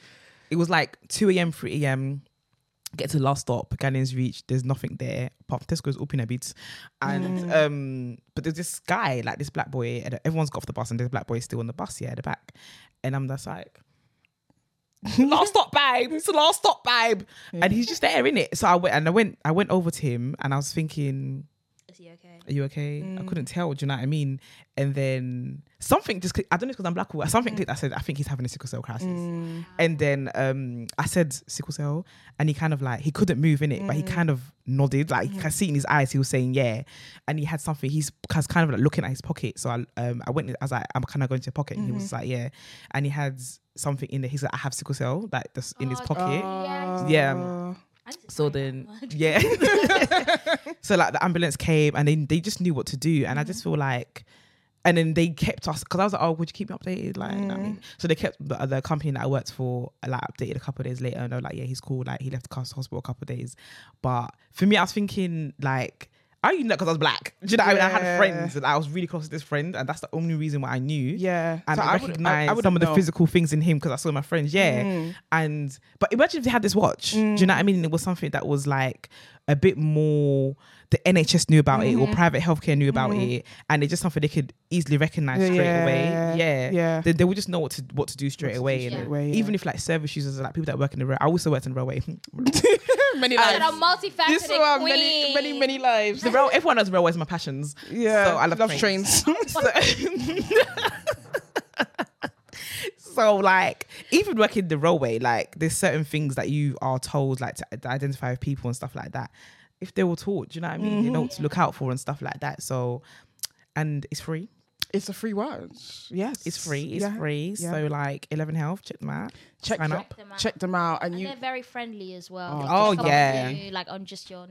It was like two a.m., three a.m. Get to the last stop, Galleons Reach. There's nothing there. Apart from Tesco's open a bit, and um, but there's this guy, like this black boy. And everyone's got off the bus, and this black boy is still on the bus. Yeah, at the back, and I'm just like. last stop, babe. It's the last stop, babe. And he's just there in it. So I went and I went. I went over to him, and I was thinking,
Is he okay?
are you okay? I couldn't tell. Do you know what I mean? And then something just, clicked- I don't know if it's because I'm black or what, something clicked. I said, I think he's having a sickle cell crisis. And then um, I said sickle cell, and he kind of like, he couldn't move in it, but he kind of nodded. Like, I see in his eyes, he was saying, yeah. And he had something, he's was kind of like looking at his pocket. So I, um, I went, I was like, I'm kind of going to your pocket. And he was like, yeah. And he had something in there. He's like, I have sickle cell, like that's in his
Oh,
pocket.
Yeah.
Yeah.
I need to
So
find
then,
that one.
yeah. so like the ambulance came and then they just knew what to do, and I just feel like, and then they kept us because I was like, oh, would you keep me updated? Like, you know what I mean? so they kept the, the company that I worked for like updated a couple of days later, and they were like, yeah, he's cool. Like he left the cus- hospital a couple of days, but for me, I was thinking like. I only know because I was black. Do you know what I mean? I
Yeah.
had friends and I was really close to this friend, and that's the only reason why I knew
Yeah.
and
So
I,
I would- I-
recognized
I wouldn't
some of the
know.
physical things in him because I saw my friends, yeah. And but imagine if they had this watch. Do you know what I mean? It was something that was like a bit more. The NHS knew about it, or private healthcare knew about it, and it's just something they could easily recognize straight away.
Yeah.
Yeah,
Yeah.
They, they would just know what to what to do straight away.
straight
innit?
away, yeah.
Even if like service users, like people that work in the rail, I also worked in the railway.
many
But a
lives.
multifaceted
This uh,
queen.
many, many, many lives.
the rail, everyone knows railway is my passions.
Yeah.
so I love,
love
trains.
trains.
So like even working the railway, like there's certain things that you are told like to, to identify with people and stuff like that. If they were taught, do you know what I mean? They know what
Mm-hmm.
to look out for and stuff like that. So and it's free.
it's a free watch. Yes.
It's free. It's
Yeah.
free.
yeah.
So like Eleven Health, check them out.
Check
Sign
them-
up.
Them out.
Check them out, and
and
you
they're very friendly as well.
Oh,
Oh,
They just come up to
yeah.
you, like on just your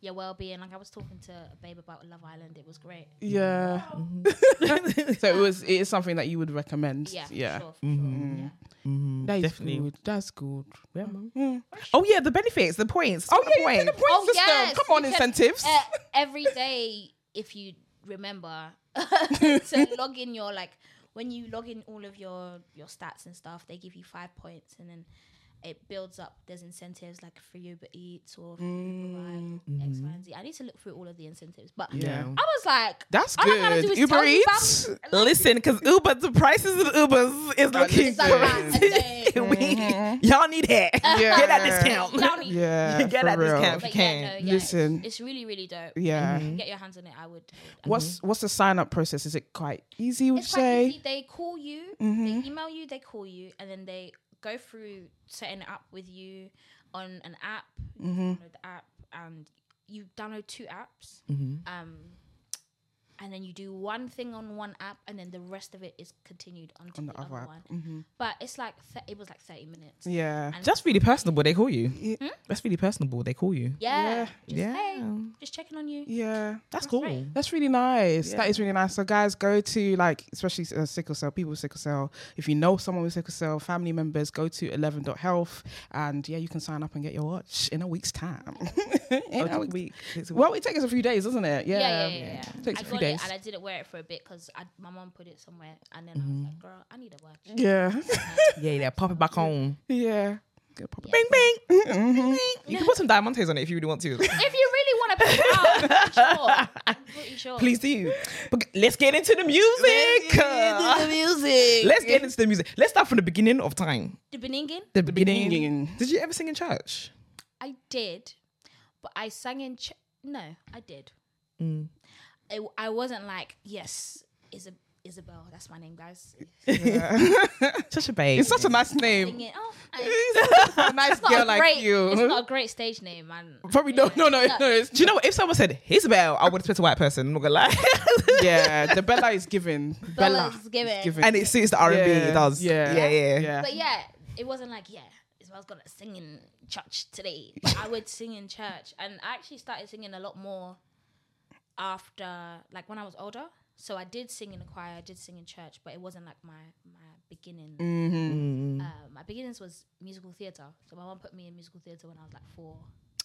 your well being. Like I was talking to a babe about Love Island. It was great.
Yeah.
Mm-hmm.
so it was. It is something that you would recommend.
Yeah,
Yeah.
For sure, for
Mm.
sure. Yeah.
Mm-hmm. That is
Definitely.
good. That's good.
Yeah, mum. Oh yeah, the benefits, the points.
Oh
the
yeah, you did the
points.
point
Oh,
system.
yes,
Come on,
you can-
incentives.
Uh, every day, if you remember to log in your like when you log in all of your your stats and stuff, they give you five points, and then it builds up. There's incentives like free Uber Eats or free Uber Ride, X, Y, and Z. I need to look through all of the incentives, but
Mm, mm-hmm. Yeah.
I was like,
That's
all I gotta do
good.
is
Uber
tell you,
Eats?
fam. Like,
Listen, because Uber, the prices of Ubers is looking
It's like
good.
that. Hey.
Mm-hmm.
we, y'all need hair. Get that discount.
Down here.
Yeah.
Get
for
that
real.
discount.
But
Can.
yeah, no, yeah,
Listen.
It's, it's really, really dope.
Yeah.
If you can get your hands on it, I would.
What's What's the sign up process? Is it quite easy?
Mm-hmm.
Would you
It's quite
say? Mm-hmm.
easy. They call you, they email you, they call you, and then they go through setting it up with you on an app.
Mm-hmm. Mm-hmm.
You download the app, and you download two apps. Um, and then you do one thing on one app, and then the rest of it is continued onto
on
the, other,
app.
one.
Mhm.
But it's like th- it was like thirty minutes. Yeah,
Yeah.
And-
That's really personable. They call you.
Yeah.
That's really personable. They call you.
Yeah.
just,
Yeah.
Hey, just checking on you.
Yeah.
That's
That's
cool.
right.
That's really nice.
Yeah.
That is really nice. So, guys, go to like, especially uh, sickle cell, people with sickle cell. If you know someone with sickle cell, family members, go to 11.health and yeah, you can sign up and get your watch in a week's time.
Oh,
in
it's
a
a
week.
week. It's a week.
Well, it takes a few days, doesn't it? Yeah.
Yeah, yeah, yeah. yeah.
Takes
I
a
got
few
it,
days.
and I didn't wear it for a bit because my mom put it somewhere, and then
Mm-hmm.
I was like, "Girl, I need a watch."
Yeah.
yeah, yeah. Pop it back on.
yeah. Good pop-
Bing, bing. Bing, bing. You can put some diamantes on it if you really want to.
if you really want to pick it out, sure. I'm pretty sure.
Please do. But let's get into the music. Let's get into the music. Let's get into the music. Let's start from the beginning of time.
the Beningin,
The,
beginning.
Did you ever sing in church?
I did, but I sang in. Ch- no, I did.
Mm.
It, I wasn't like yes, Isab- Isabel. That's my name, guys.
Such a babe.
It's Mm-hmm. such a nice name.
Singing, oh, I-
a nice
it's not
girl
a
like
great,
you.
It's not a great stage name, man.
Probably no, no, no, no. It's,
Do you know what? If someone said Isabel, I would expect a white person. I'm not gonna lie.
yeah, the Bella is given. Bella.
Bella's given.
given.
and it suits the R&B.
Yeah,
It does.
yeah,
yeah, yeah.
yeah.
But yeah, it wasn't like yeah, Isabel's gonna sing in church today. But I would sing in church, and I actually started singing a lot more after, like when I was older. So I did sing in the choir, I did sing in church, but it wasn't like my my beginning. Uh, my beginnings was musical theatre. So my mom put me in musical theatre when I was like four.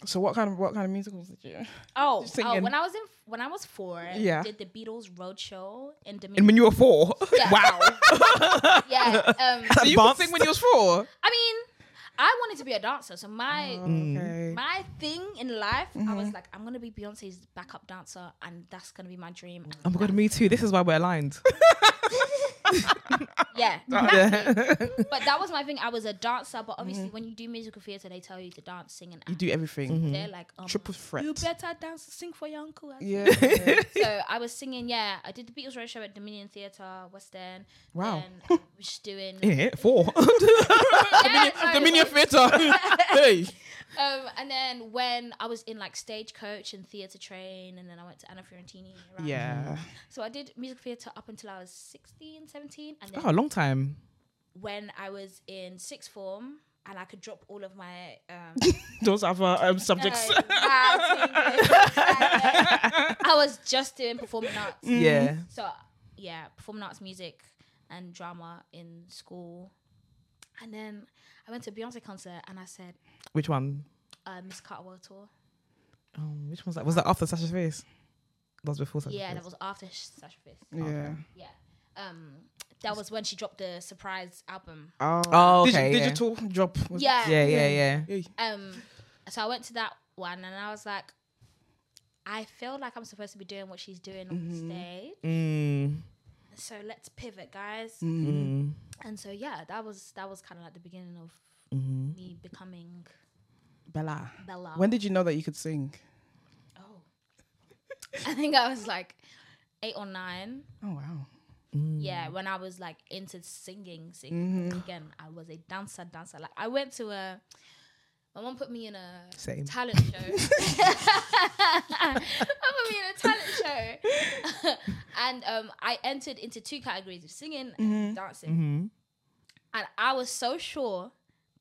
So what kind of what kind of musicals did you?
Oh, oh,
singing.
when I was in when I was four,
Yeah.
did the Beatles roadshow in
And when
Dominican?
you were four,
Yeah.
wow.
Yeah, um,
So you could
Advanced.
sing when you was four.
I mean, I wanted to be a dancer, so my
Mm. Okay.
my thing in life, I
Mm-hmm.
was like, I'm gonna be Beyonce's backup dancer, and that's gonna be my dream.
Oh my god, me too. This is why we're aligned.
yeah.
Oh,
Yeah.
but that was my thing. I was a dancer, but obviously, when you do musical theater, they tell you to dance, sing, and
Mm-hmm. You
act.
do everything.
They're like, um,
Triple threat.
You better dance, sing for your uncle.
Yeah.
so I was singing. Yeah, I did the Beatles roadshow at Dominion Theatre, West End.
Wow.
Then um, I was doing.
yeah, four.
Yeah, no,
Dominion Theatre. hey.
Um, and then when I was in like stagecoach and theatre train, and then I went to Anna Fiorentini. around
Yeah.
So I did music theatre up until I was 16, 17. And then
oh, a long time.
when I was in sixth form and I could drop all of my um,
Those other um, subjects.
uh, I was just doing performing arts.
Mm. Yeah.
So yeah, performing arts, music, and drama in school. And then I went to a Beyonce concert and I said,
Which one?
uh, Miss Carter World Tour.
Um, which one's that? Was that after Sasha's face? That was before Sasha's
Yeah,
face.
that was after Sasha Fierce.
yeah.
Yeah. Um, that was when she dropped the surprise album.
Oh.
Oh,
Digi-
okay, yeah.
digital drop. Was it?
Yeah.
Yeah, yeah, yeah.
Hey.
Um, so I went to that one and I was like, I feel like I'm supposed to be doing what she's doing on the stage.
Mm,
So let's pivot, guys.
mm,
And so yeah, that was that was kind of like the beginning of
mm,
me becoming
Bella.
Bella.
When did you know that you could sing?
oh, I think I was like eight or nine.
Oh wow.
Yeah, when I was like into singing, singing 'cause again, I was a dancer, dancer. Like I went to a, my mom put me in a
Same.
talent show. my mom put me in a talent show, and um, I entered into two categories of singing and dancing, and I was so sure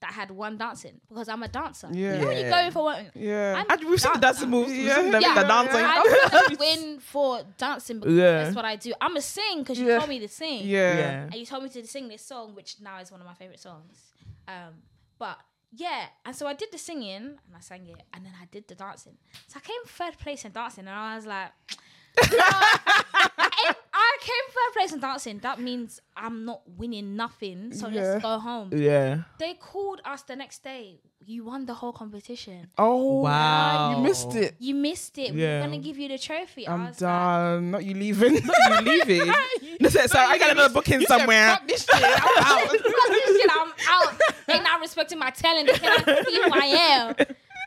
that I had one dancing because I'm a dancer.
Yeah.
Who are you
Yeah.
going for one?
Yeah.
I'm
And we've seen the dancing moves. We've seen the,
Yeah.
the dancing.
I'm gonna win for dancing because
Yeah.
that's what I do. I'm a sing because you
Yeah.
told me to sing
yeah.
and you told me to sing this song, which now is one of my favorite songs. Um, but yeah, and so I did the singing and I sang it, and then I did the dancing. So I came third place in dancing, and I was like, "No, if I came third place in dancing. That means I'm not winning nothing. So
Yeah.
let's go home.
Yeah.
They called us the next day. You won the whole competition.
Oh
Wow.
You missed it.
You missed it.
Yeah.
We are gonna give you the trophy. I
I'm
was like,
done. Not you leaving.
you leaving? No, sorry, sorry, I got another booking somewhere.
Fuck this shit. I'm out.
Fuck this shit, I'm out. They not respecting my talent. They cannot see who I am.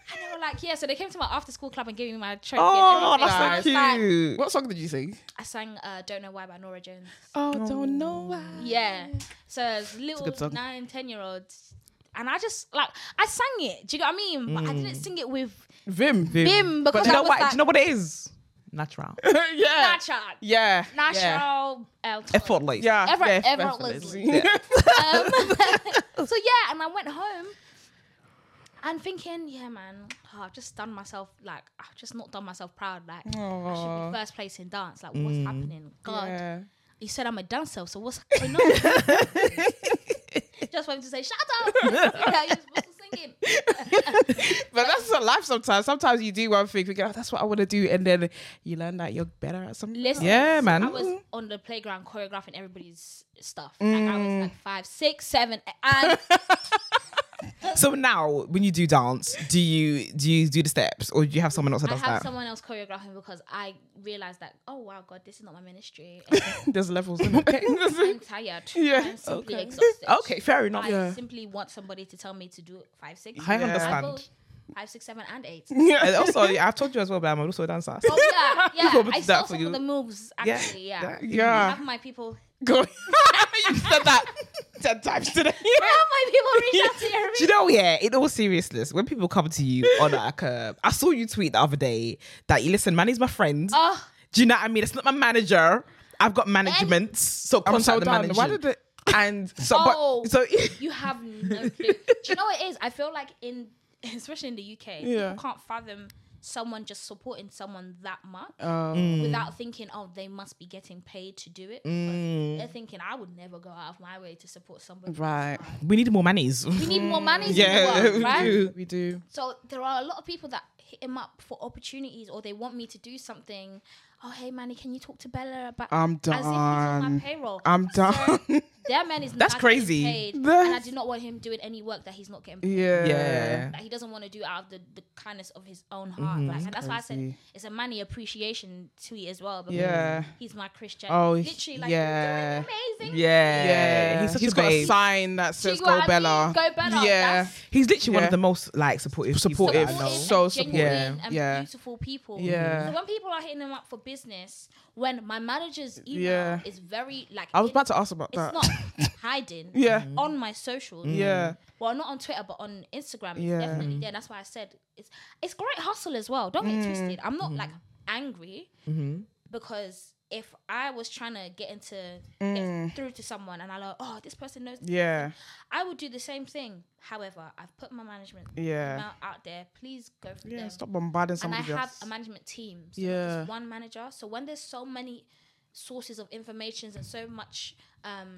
And they were like, yeah. So they came to my after school club and gave me my trophy.
Oh,
and everything.
that's so
And I was like-
cute.
What song did you sing?
I sang uh, "Don't Know Why" by Nora Jones.
Oh, don't know why.
Yeah. So as
good
little
song.
nine, ten year olds, and I just like I sang it. Do you know what I mean? But I didn't sing it with
Vim.
Bim because
Mm. Do you
I
know
was
what?
like,
Do you know what it is? natural.
yeah.
Natural.
Yeah.
Natural. Uh,
Effortless.
Yeah.
Ever-
yeah,
effortlessly.
effortlessly.
Um, so yeah, and I went home and thinking, yeah, man, oh, I've just done myself like I've just not done myself proud. Like I should
Aw.
be first place in dance. Like what's
Mm.
happening? God,
Yeah.
you said I'm a dancer, so what's going on? just want him to say shut up. yeah, you're supposed to sing it.
But that's a life sometimes. Sometimes you do one thing, thinking, oh, that's what I want to do. And then you learn that you're better at something.
Listen,
Yeah,
so
man.
I was on the playground choreographing everybody's stuff. Like I
Mm.
was like five, six, seven, and
So now, when you do dance, do you do you do the steps, or do you have someone else that
I
does
have
that?
someone else choreographing because I realized that oh wow, God, this is not my ministry. And
There's levels in it.
I'm tired.
Yeah,
I'm simply
okay.
exhausted.
okay, fair enough.
I
Yeah.
simply want somebody to tell me to do five, six.
I
Yeah.
I
understand.
go five, six, seven, and eight.
yeah.
And Uh, also, yeah, I've told you as well, but I'm also a dancer.
Oh yeah, yeah.
People
I
do
saw
that for
some
you.
of the moves
Yeah,
actually. Yeah,
that-
I
yeah.
have my people.
Go. you said that 10 times
I
today.
have my people reach out to
Do you
every.
know, yeah, in all seriousness, when people come to you on like a, I saw you tweet the other day that you listen, man is my friend.
Oh,
do you know what I mean? It's not my manager. I've got management, so
I'm
contact
so
the
done.
manager.
Why did it? And so,
Oh.
but, so
you have no clue. Do you know what it is? I feel like in, especially in the UK,
Yeah.
people can't fathom someone just supporting someone that much.
um,
without thinking, oh, they must be getting paid to do it. But They're thinking, I would never go out of my way to support somebody.
right.
we need more monies.
We need more managers
Yeah,
in the world,
we
right?
do.
We do.
So there are a lot of people that hit him up for opportunities, or they want me to do something. Oh, hey, Manny, can you talk to Bella about?
I'm
As if he's on
done.
my payroll.
I'm
So
done.
Their man is
That's
not getting
crazy.
Paid, and I
That's-
do not want him doing any work that he's not getting paid
yeah.
Yeah.
that he doesn't want to do out of the, the kindness of his own heart. Like, and that's why I said
crazy.
it's a money appreciation tweet as well. Because
Yeah.
He's my Christian.
Oh,
Literally, like,
yeah.
yeah. doing amazing.
Yeah,
Yeah.
he's such
He's
a
got
babe.
a sign that
Do you
says
know what I
Go
mean?
Bella.
Go Bella.
Yeah.
That's
He's literally one
Yeah.
of the most like supportive, people that I
Supportive.
know.
supportive
So
and
supportive.
genuine
Yeah.
and
Yeah.
beautiful people.
Yeah.
So when people are hitting them up for business, when my manager's email
Yeah.
is very like
I was
in-
about to ask about
it's
that.
not hiding.
Yeah.
It's on my socials.
Yeah.
Well, not on Twitter, but on Instagram. It's
Yeah.
definitely there. That's why I said it's it's great hustle as well. Don't get twisted. I'm not like
Mm-hmm.
angry because if I was trying to get into
Mm.
get through to someone and I like, oh, this person knows,
yeah.
I would do the same thing. However, I've put my management
Yeah.
email out there. Please go through
Yeah.
them
Stop bombarding
and I
somebody
have
else.
a management team. So
Yeah.
yeah. Just one manager. So when there's so many sources of information and so much um,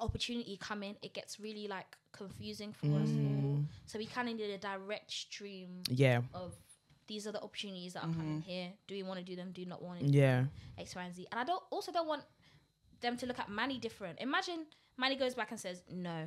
opportunity coming, it gets really like confusing for us.
Mm.
all. So we kind of need a direct stream
Yeah,
of these are the opportunities that are coming here. Do we want to do them? Do you not want to?
Mm-hmm. yeah,
X, Y, and Z. And I don't also don't want them to look at Manny different. Imagine Manny goes back and says no.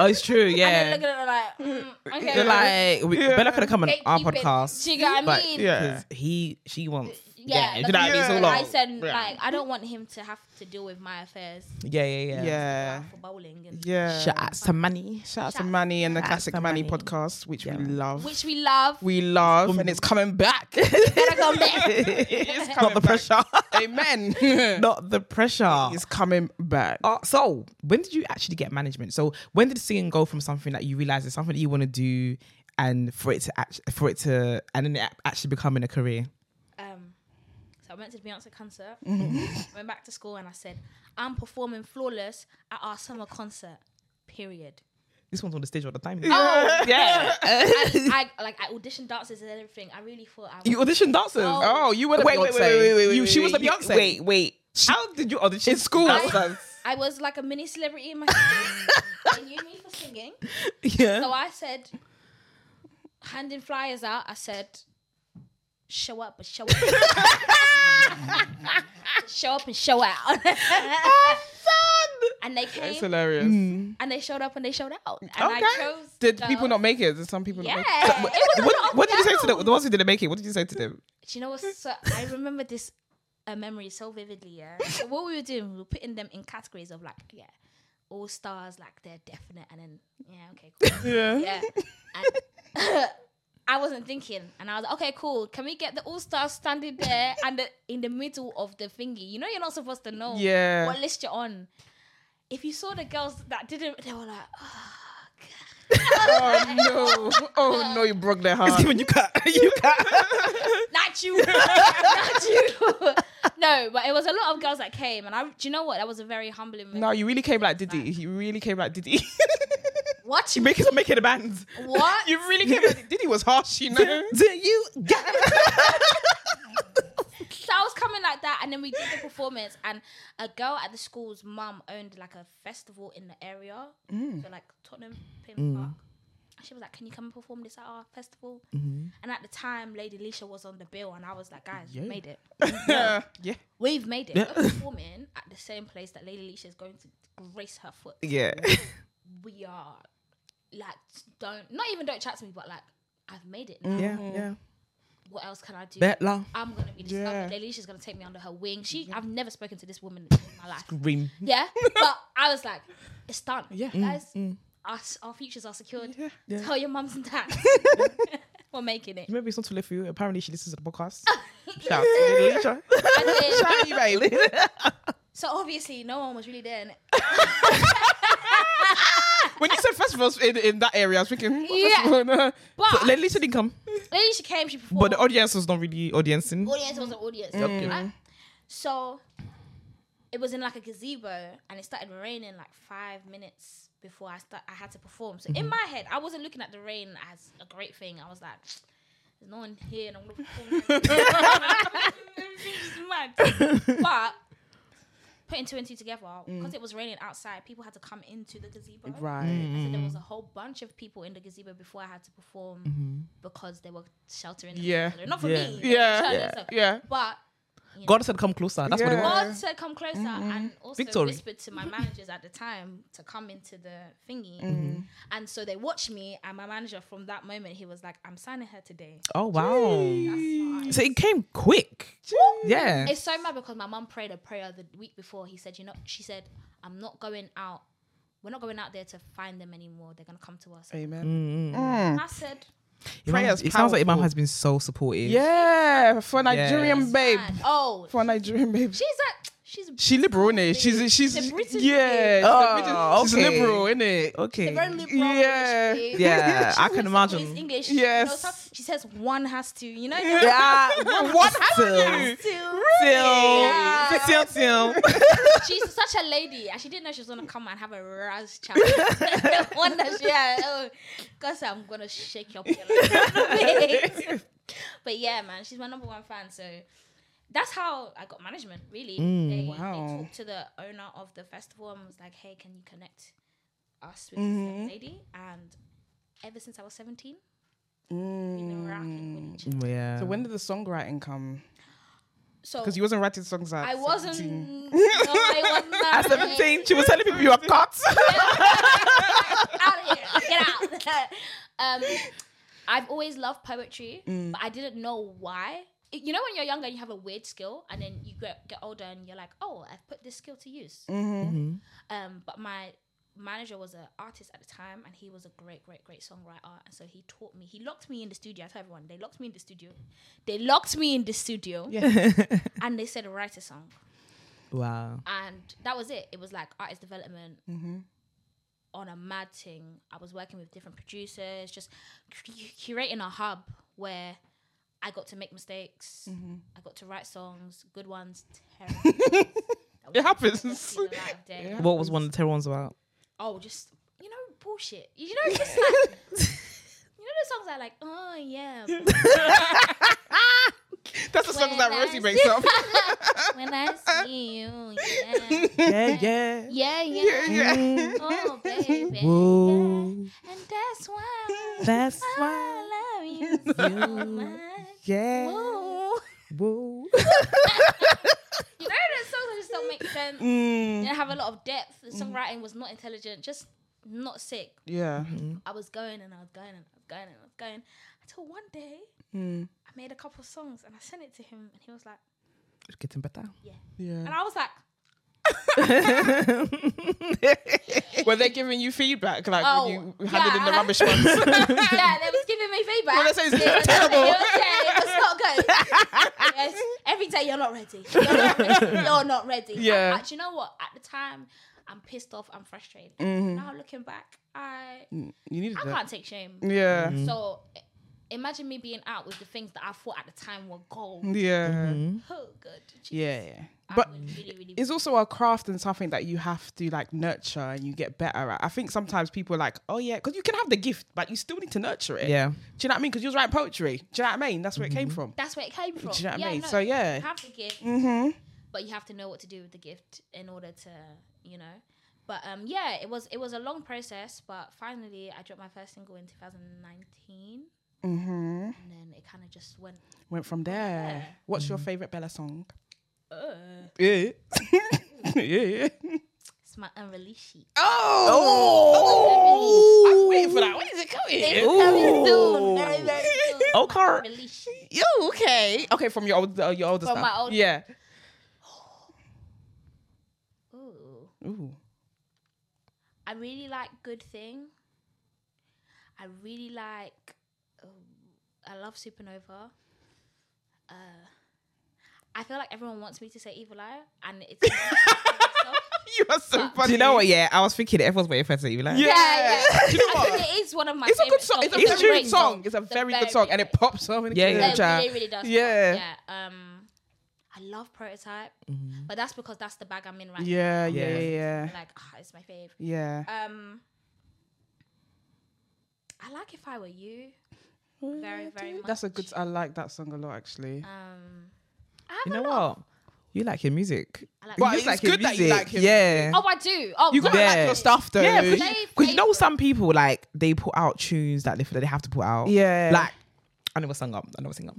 oh, it's true.
And
Yeah,
then look at it like, mm, okay.
They're like we,
Yeah.
Bella could have come on our
Gatekeeping.
podcast.
Do you get what I
but
mean?
Yeah.
'cause he, she wants.
yeah,
Yeah, do you know what I mean? So
Yeah.
long.
I said
yeah.
like I don't want him to have to deal with my affairs
yeah, yeah, yeah.
Yeah.
for bowling and
Yeah.
Shout out to money.
Shout out to
Shout-
Manny and the Classic
to
Manny
Manny.
podcast, which we
Yeah.
love.
which we love.
we love, and it's coming back. it
Gotta go back.
is coming
Not the
back.
pressure.
Amen.
Not the pressure.
it's coming back.
Uh, so when did you actually get management? So when did singing go from something that you realize is something that you want to do, and for it to act, for it to and then it ac- actually becoming a career?
Um, so I went to the Beyonce concert. Went back to school and I said I'm performing flawless at our summer concert. Period.
This one's on the stage all the time.
Oh,
yeah.
I, I like I auditioned dances and everything. I really thought I was.
You audition dancers.
Oh.
Oh, you were the
wait,
Beyonce.
wait, wait, wait, wait, wait,
You- she was the
wait,
Beyonce.
you- Wait, wait. How did you audition
In school.
dancers?
I was like a mini celebrity in my school. they knew me for singing.
yeah.
So I said, handing flyers out, I said, show up and show up. show up and show out. and they
It's
came
hilarious.
and they showed up and they showed out. And
Okay.
I chose.
Mm. Did
the-
people not make it? Did some people
Yeah.
not
It
make it?
was a lot
What,
of
what did you say to
girls.
them? The ones who didn't make it, what did you say to them?
Do you know what? So I remember this uh, memory so vividly. Yeah. So what we were doing, we were putting them in categories of like, yeah, all stars, like they're definite, and then yeah, okay, cool.
Yeah.
yeah. And I wasn't thinking, and I was like, okay, cool. Can we get the all stars standing there and the, in the middle of the thingy? You know, you're not supposed to know
Yeah.
what list you're on. If you saw the girls that didn't, they were like, oh,
oh no! Oh no! You broke their heart.
you cut. You cut.
Not you. Not you. no, but it was a lot of girls that came, and I. Do you know what? That was a very humbling. moment.
No, you really came like Diddy. You really came like Diddy.
What?
You make us making a band.
What?
you really came like Diddy was harsh, you know.
Do you get
So I was coming like that, and then we did the performance, and a girl at the school's mum owned like a festival in the area,
Mm.
so like Tottenham Payment Park. She was like, "Can you come and perform this at our festival?"
Mm-hmm.
And at the time, Lady Leisha was on the bill, and I was like, "Guys, we made it.
yeah. yeah.
We've made it. We're performing at the same place that Lady Leisha is going to grace her foot.
Yeah.
We are like, don't not even don't chat to me, but like, I've made it.
Yeah. Yeah.
What else can I do?
Bet la.
I'm gonna be discovered.
Yeah.
Lady Leisha's gonna take me under her wing. She, I've never spoken to this woman in my life.
Green.
Yeah, but I was like, it's done.
Yeah.
guys, us, our futures are secured. Tell your mums and dads we're making it.
Maybe it's not to live for you. Apparently, she listens to the podcast.
Shout out to Diddy.
Shout
And then-
out to you, babe.
so obviously, no one was really there. innit?
When you said festivals in, in that area, I was thinking, what
Yeah.
festival? No.
But
So, Lily didn't come,
Lady Leisha came, she performed.
but the audience was not really audiencing.
audience was an audience. right? So it was in like a gazebo and it started raining like five minutes before I start I had to perform. So in my head, I wasn't looking at the rain as a great thing. I was like, there's no one here and I'm gonna perform. It's mad. But putting two and two together, because it was raining outside, people had to come into the gazebo.
Right.
So
mm,
there was a whole bunch of people in the gazebo before I had to perform because they were sheltering.
Mm-hmm. Yeah.
themselves. Not for
Yeah.
me.
Yeah.
Sheltering
Yeah.
themselves.
Yeah.
But
God said, "Come closer." That's what it
Yeah. Mm-hmm.
was.
God said, come closer, and also
Victory.
whispered to my managers at the time to come into the thingy.
Mm-hmm.
And so they watched me, and my manager from that moment, he was like, I'm signing her today.
Oh wow! So it came quick. Yeah.
It's so mad because my mum prayed a prayer the week before. He said, you know, she said, I'm not going out. We're not going out there to find them anymore. They're going to come to us.
Mm. Amen. Mm.
And I said,
Your mum-
Prayer's
it sounds like Imam
powerful.
has been so supportive.
Yeah, for Nigerian
Yes.
babe.
"Man, oh,
For Nigerian babe.
she's like, she's
She liberal, innit?
babe.
She's she's
She's a British
yeah.
babe.
She's,
Oh,
a British- she's
okay.
liberal, innit?
Okay.
a very liberal.
Yeah.
British babe.
Yeah,
She's
I can
always- always
imagine.
English.
Yes.
She, knows how- she says one has to, you know.
Yeah.
What
Still.
happened?
Still,
Still.
Yeah.
Still. Still.
she's such a lady, and she didn't know she was gonna come and have a raz chat. One that she had, oh, cause I'm gonna shake your pillow. but yeah, man, she's my number one fan. So that's how I got management. Really, they, they
Mm, Wow.
talked to the owner of the festival and was like, "Hey, can you connect us with this
Mm-hmm.
young lady?" And ever since I was 17,
Mm.
we've been rocking with each other.
Yeah.
So when did the songwriting come?
So
Because Mm. you wasn't writing songs at
I
17.
wasn't. No, I was not.
At 17, she was telling people you are cut.
out of here. Get out. um, I've always loved poetry, but I didn't know why. It- You know when you're younger and you have a weird skill, and then you get, get older and you're like, oh, I've put this skill to use. Um, but my manager was an artist at the time, and he was a great, great, great songwriter. And so he taught me. He locked me in the studio. I tell everyone, they locked me in the studio. They locked me in the studio, and they said, write a song
wow.
and that was it. It was like artist development
Mm-hmm.
on a mad thing. I was working with different producers, just cu- curating a hub where I got to make mistakes.
Mm-hmm.
I got to write songs, good ones, terrible.
It happens.
ones, light of day.
What was one of the terror ones about?
Oh, just you know, bullshit. You know, just like you know, the songs that are like, oh yeah,
That's the songs
When
that
I
Rosie
see-
makes up.
when I see you, yeah,
Yeah, yeah.
yeah,
yeah,
yeah,
yeah.
oh baby,
Whoa.
yeah. and that's why.
That's why.
I love you so much.
Yeah.
Ooh.
Whoa.
You know, the songs that just don't make sense.
Mm.
Didn't have a lot of depth. The songwriting was not intelligent, just not sick.
Yeah.
I was going and I was going and I was going and I was going until one day
Mm.
I made a couple songs and I sent it to him and he was like,
It's getting better.
and
Yeah.
I was like,
Were they giving you feedback? Like
Oh,
when you
yeah,
handed in the
I-
rubbish ones?
yeah, they was giving me feedback.
Well, they say it's
It was-
terrible.
It was, yeah, it was not good. yes, every day you're not ready. You're not ready. You're not ready.
Yeah.
And, uh, do you know what? At the time, I'm pissed off. I'm frustrated.
Mm-hmm.
Now looking back, I
Mm, You needed
I
that.
can't take shame.
Yeah.
So i- imagine me being out with the things that I thought at the time were gold.
Yeah.
Oh, good. Jesus.
Mm-hmm. Yeah. Yeah.
I
But
was really, really
it's also a craft and something that you have to like nurture and you get better at. I think sometimes people are like, oh yeah, because you can have the gift, but you still need to nurture it.
Yeah.
Do you know what I mean? Because you was writing poetry. Do you know what I mean? That's where it came from.
that's where it came from.
Do you know what
yeah,
I mean?
no,
So yeah.
you have the gift,
Mm-hmm.
but you have to know what to do with the gift in order to, you know. But um, yeah, it was it was a long process, but finally I dropped my first single in 2019,
Mm-hmm.
and then it kind of just went.
Went from there.
Yeah.
What's your favorite Bella song?
Uh,
Yeah. yeah.
it's my unreleased sheet.
Oh. I'm waiting for that. When is it
It's
coming?
coming soon, very, very soon.
Okay.
My unreleased sheet.
Yo, okay. Okay, from your old, uh, your older
From
stuff.
my old-
Yeah.
Ooh.
Ooh.
I really like Good Thing. I really like. Um, I love Supernova. Uh, I feel like everyone wants me to say Evil Eye, and it's.
You are so funny.
Do you know what? Yeah, I was thinking everyone's waiting for it to be like,
Yeah.
Yeah, yeah.
Do you know
I
what?
think it is one of my.
It's a
favourite
good song. It's
songs.
a
It's a
very
great
good song. It's a very good song, and it
great
pops up. And it
Yeah,
kills
yeah.
song.
the jam.
It really, really does. pop.
Yeah.
yeah. Um, I love Prototype, but that's because that's the bag I'm in right
Mm-hmm. Yeah, yeah,
Yeah.
yeah, yeah.
now. Like, ah, it's my fave.
Yeah.
Um, I like if I were you. Very, very much.
That's a good. I like that song a lot, actually.
Um, I have
you
a
know
lot.
what? You like your music.
I like
You
But
just
it's good that you like him.
Yeah.
Oh, I do. Oh,
You gotta like
Yeah.
your stuff though.
Yeah,
Play
because you know
favourite.
some people like they put out tunes that they feel that they have to put out.
Yeah.
like I never sung up. I never sing up.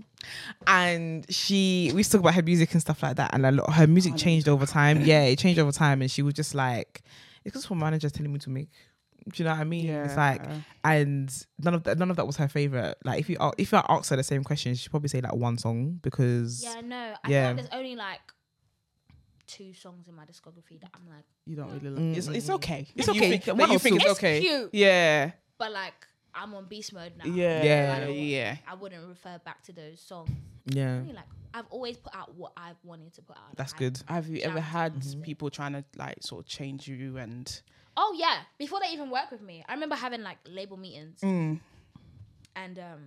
And she, we used to talk about her music and stuff like that. And a lot, her music changed over time. Yeah, it changed over time. And she was just like, it's just what managers telling me to make. Do you know what I mean? It's like,
Yeah.
and none of that, none of that was her favorite. Like, if you a- if I asked her the same question, she'd probably say like one song because
Yeah, no. I
Yeah.
feel like there's only like two songs in my discography that I'm like, Oh,
you don't really. Like, it's, it's okay.
It's
You
okay.
think-
One
that you
or
think
two.
it's
It's
okay?
cute.
Yeah.
but like I'm on beast mode now.
Yeah.
Yeah.
I don't-
Yeah.
I wouldn't refer back to those songs.
yeah,
Only, Like I've always put out what I've wanted to put out.
that's
I-
good.
Have you ever
Shout.
had
Mm-hmm.
people trying to like sort of change you and?
Oh yeah. Before they even work with me, I remember having like label meetings
Mm.
and um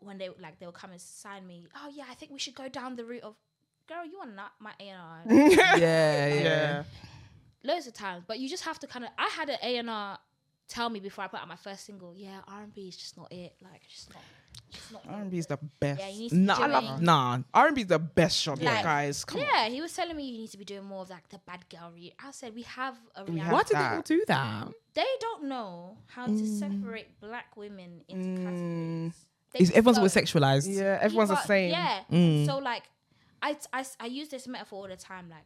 when they like they would come and sign me. Oh yeah, I think we should go down the route of, girl, you are not my A and R.
yeah, yeah,
Yeah.
loads of times, but you just have to kind of. I had an A and R tell me before I put out my first single. Yeah, R and B is just not it. Like, it's just not. Just not.
R and B is the best.
Yeah, you need to
Nah,
be
I
doing.
love nah.
R and B is the best genre,
Like-
guys. Come on.
yeah, he was telling me you need to be doing more of like the bad girl. Re- I said we have a
We
reality.
have
Why did
that.
people do that?
They don't know how to
Mm.
separate black women into
Mm.
categories. They
Is
just
everyone's
don't.
always sexualized?
Yeah, everyone's the
People-
same.
Yeah. So like, I, t- I s- I use this metaphor all the time. Like,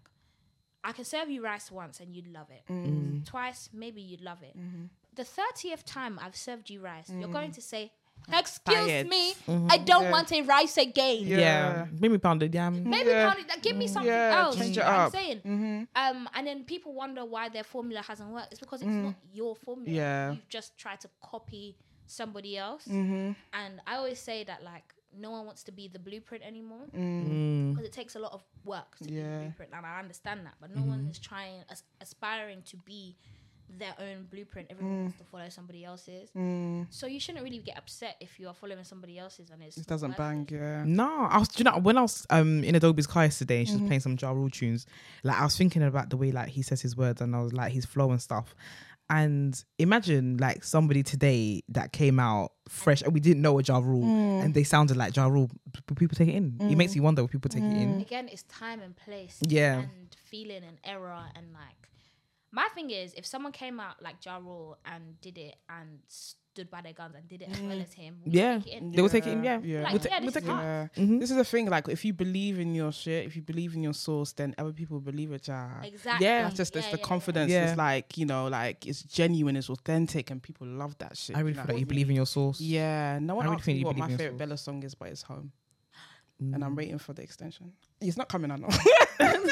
I can serve you rice once and you'd love it.
Mm.
Twice, maybe you'd love it.
Mm-hmm.
The thirtieth time I've served you rice, you're going to say, "Excuse
Mm. Tired. Mm-hmm.
me, I don't want a rice again."
Yeah. Maybe pound the yam.
Maybe
Yeah. Mm.
pound it, like, give me something
Yeah,
else.
change
you
it
know what
up.
I'm saying.
Mm-hmm.
Um, and then people wonder why their formula hasn't worked. It's because it's not your formula.
Mm. Yeah.
You've just tried to copy somebody else.
Mm-hmm.
And I always say that like no one wants to be the blueprint anymore because it takes a lot of work to be
Mm. Yeah. Mm-hmm.
the blueprint, and I understand that. But no one is trying as- aspiring to be their own blueprint. Everyone
Mm.
wants to follow somebody else's. So you shouldn't really get upset if you are following somebody else's and it's
It
not
doesn't
working.
bang. Yeah.
No, I was. Do you know when I was um in Adobe's car yesterday and
Mm-hmm.
she was playing some Ja Rule tunes. Like I was thinking about the way like he says his words and I was like his flow and stuff. And imagine like somebody today that came out fresh and we didn't know a Ja Rule
Mm.
and they sounded like Ja Rule. But people take it in. It makes you wonder if people take it
Mm.
in.
again it's time and place
Yeah.
and feeling and error and like my thing is if someone came out like Ja Rule and did it and stood by their guns and did it as
Mm.
well as him would you
Yeah,
take it in?
they will take it in. Yeah,
Yeah.
Like,
We'll ta-
yeah,
we'll
this
take
is
it in.
hard.
Yeah.
Mm-hmm.
This is the thing. Like, if you believe in your shit, if you believe in your source, then other people believe it. Yeah.
exactly
Yeah.
That's just
Yeah,
it's
yeah,
the
yeah.
confidence.
Yeah.
It's like you know, like it's genuine, it's authentic, and people love that shit.
I really
you know
feel like you
what
believe in your source.
I mean? Yeah. No one
really
asked
think
me
you
what
believe
my
in Mm. your source.
favorite Bella song is, but it's home, and I'm waiting for the extension. It's not coming. I know.
How do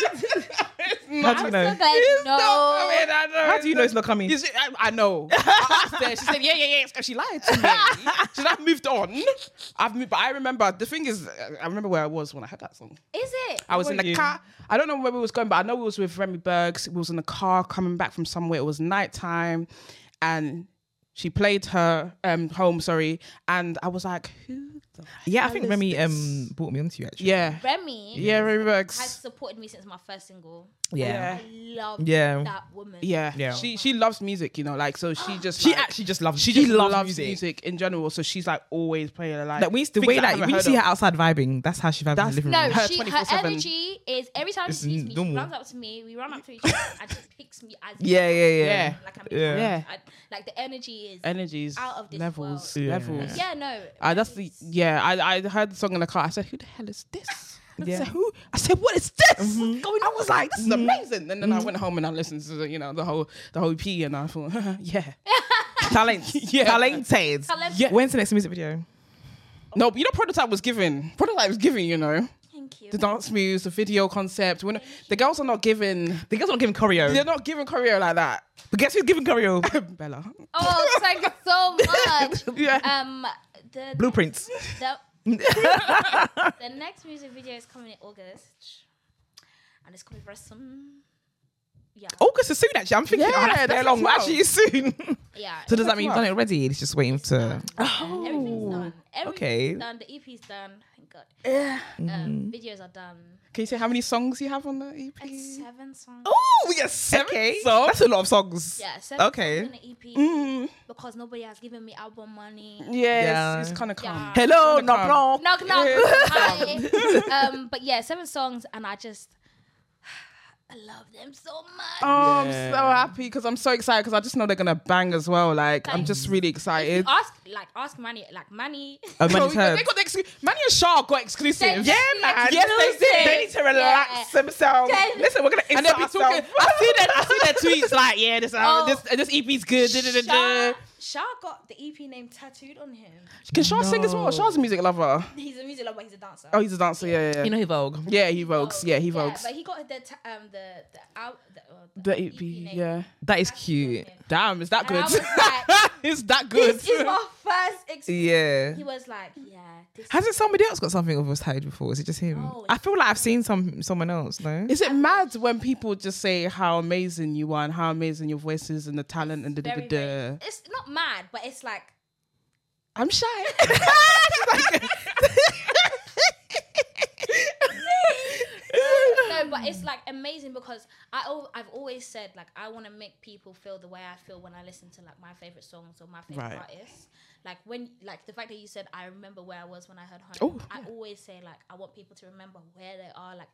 you
I'm
know?
so glad you know.
coming, Oh, I know.
How do you know it's not coming?
You see, I, I know. I asked her. She said, "Yeah, yeah, yeah." it's- She lied to me. She said, "I've moved on." I've moved, but I remember. The thing is, I remember where I was when I heard that song.
Is it?
I was
were
in the
you?
car. I don't know where we was going, but I know we was with Remy Bergs. We was in the car coming back from somewhere. It was nighttime, and she played her um home. Sorry, and I was like, "Who the?"
Yeah, I
hell
think
is
Remy
this?
um brought me onto you actually.
Yeah,
Remy
yeah, Remy
has
Bergs.
supported me since my first single.
Yeah.
I love
Yeah.
that woman.
Yeah.
Yeah.
she she loves music, you know. Like so, she just
She
like-
actually just loves
she
she,
just
loves,
loves music.
music.
in general. So she's like always playing like
Like we used to
things
way
that I
like
haven't
when you
heard
see
of.
her outside vibing, that's how she vibes
That's-
in the living
No,
room.
Her
she, her
24/7.
energy is every time
It's
she sees me, she
normal.
runs up to me, we run up to each other, and she picks me as
Yeah, yeah, yeah.
Yeah.
like I'm
Yeah.
Yeah.
I, like the energy is
energies
out of this
levels
world. Yeah.
levels.
yeah no
Uh, that's the
it's-
yeah. I, I heard the song in the car. I said, "Who the hell is this?" I
Yeah. Mm-hmm.
said, "Who?" I said, "What is this?" Mm-hmm. I was like, "This is amazing." And then I went home and I listened to the, you know the whole the whole EP and I thought, "Yeah,
Talent.
Yeah.
Talented.
Talent-
Yeah.
When's the next music video?
no." But you know, prototype was given. Prototype was given. You know,
thank you
the dance moves, the video concept. When the girls are not giving,
The girls are not giving choreo.
they're not giving choreo like that.
But guess who's giving choreo?
Bella, Uh,
oh thank you so much
yeah.
um the
Blueprints.
the, the next music video is coming in August and it's gonna be very soon yeah
August is soon actually. I'm thinking,
Yeah,
oh, that's
that's
very long.
as well.
Actually, it's soon.
yeah
so does that
That's
mean you've
well.
done it already? It's just waiting to.
oh. everything's done everything's
Okay. Mm-hmm.
done the EP's done thank god yeah um, videos are done
can you say how many songs you have on the E EP?
and seven songs
Oh, yes, seven
Okay.
songs. That's a lot of songs.
yeah seven
Okay. Mm-hmm.
songs in the EP
Mm,
because nobody has given me album money
Yeah, it's,
Yeah.
it's kind of calm.
Yeah.
Hello,
It's gonna
knock
come.
knock.
knock knock. Hi. um, but yeah, seven songs, and I just I love them so much.
Oh, I'm
Yeah.
so happy because I'm so excited because I just know they're gonna bang as well. Like I'm
Thanks.
just really excited.
ask like ask Manny like Manny.
Oh,
So
Manny's
they got
heard.
the exclu- Manny and Shaw got exclusive.
They- Yeah, man.
Yes, they did.
Exclusive.
They need to relax themselves.
Then-
Listen, we're gonna
And they'll be
insert
talking.
ourselves.
I see their, I see their tweets like, yeah, this uh,
Oh.
this this
E
EP's good. da, da, da,
Shah,
da.
Shah got the EP name tattooed on him.
Can Shaw sing as well?
No.
Shaw's a music lover.
He's a music lover. He's a dancer.
Oh, he's a dancer. Yeah, yeah.
You
yeah.
know he vogue.
Yeah, he vogues. Yeah, he vogues.
but he got the ta- um the the out the, uh,
The EP, yeah.
That E is cute.
Damn, is that
And I
good?
was like,
Is that good?
This is my first experience.
Yeah.
He was like, yeah. This
Hasn't somebody else got something of us tied before? Is it just him?
No,
I feel like I've seen some someone else. No,
Is it mad when people just say how amazing you are and how amazing your voice is and the talent and the da, da,
very,
da.
very, it's not mad, but it's like
I'm shy.
no, but
Mm.
it's like amazing because I al- I've always said like I want to make people feel the way I feel when I listen to like my favorite songs or my favorite
Right.
artists. Like when like the fact that you said I remember where I was when I heard Honey.
Oh,
I always say like I want people to remember where they are. Like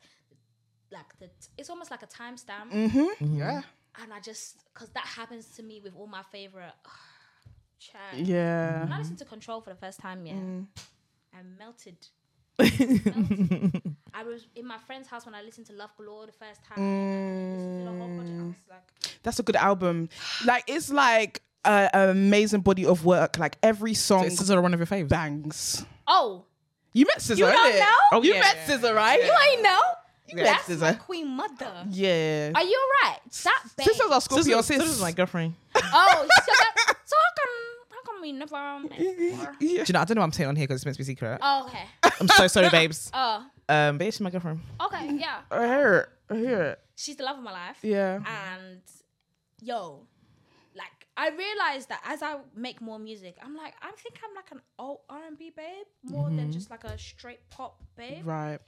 like the it's almost like a timestamp,
Mm. yeah.
and I just because that happens to me with all my favorite. Child.
Yeah. Mm.
When I listened to Control for the first time, yeah, I melted. I was in my friend's house when I listened to Love Galore the first time.
Mm.
and I listened to the whole project. I was like,
That's a good album. Like it's like a, an amazing body of work. Like every song
this is one of your faves.
bangs.
oh,
You met Scissor,
You don't
innit?
know?
Oh,
you
yeah.
met Scissor, right?
you ain't know.
Yeah,
That's
SZA.
my queen mother.
Yeah.
Are you alright? That babe.
Sisters are
This
Scorpio
is,
sis.
this is my girlfriend.
oh, so, that, so how come how come we never met before?
Do you know? I don't know. What I'm saying on here because it's meant to be secret.
Oh, okay.
I'm so sorry, babes.
Oh,
Um, but yeah, she's my girlfriend.
okay. Yeah,
I hear it. I hear it.
she's the love of my life.
Yeah.
and yo like i realized that as i make more music i'm like i think i'm like an old r&b babe more than just like a straight pop babe
Right.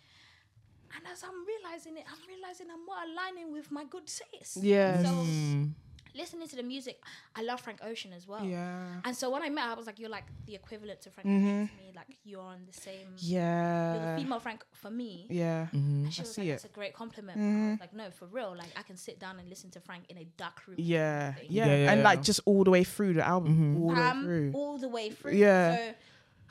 and as i'm realizing it i'm realizing i'm more aligning with my good taste
Yeah.
so
Mm-hmm.
listening to the music i love frank ocean as well
Yeah. Mm-hmm.
and so when i met her i was like you're like the equivalent to frank ocean to me like you're on the same you're the
Yeah.
female frank for me
Yeah.
And she was
see
like,
it. Mm-hmm.
it's a great compliment. But I was like, no, for real. Like, I can sit down and listen to Frank in a dark room.
Yeah.
Thing.
Yeah.
Yeah, yeah,
And
yeah.
like
Mm-hmm.
just all the way through the album. All the way
um,
through.
all the way through.
Yeah.
So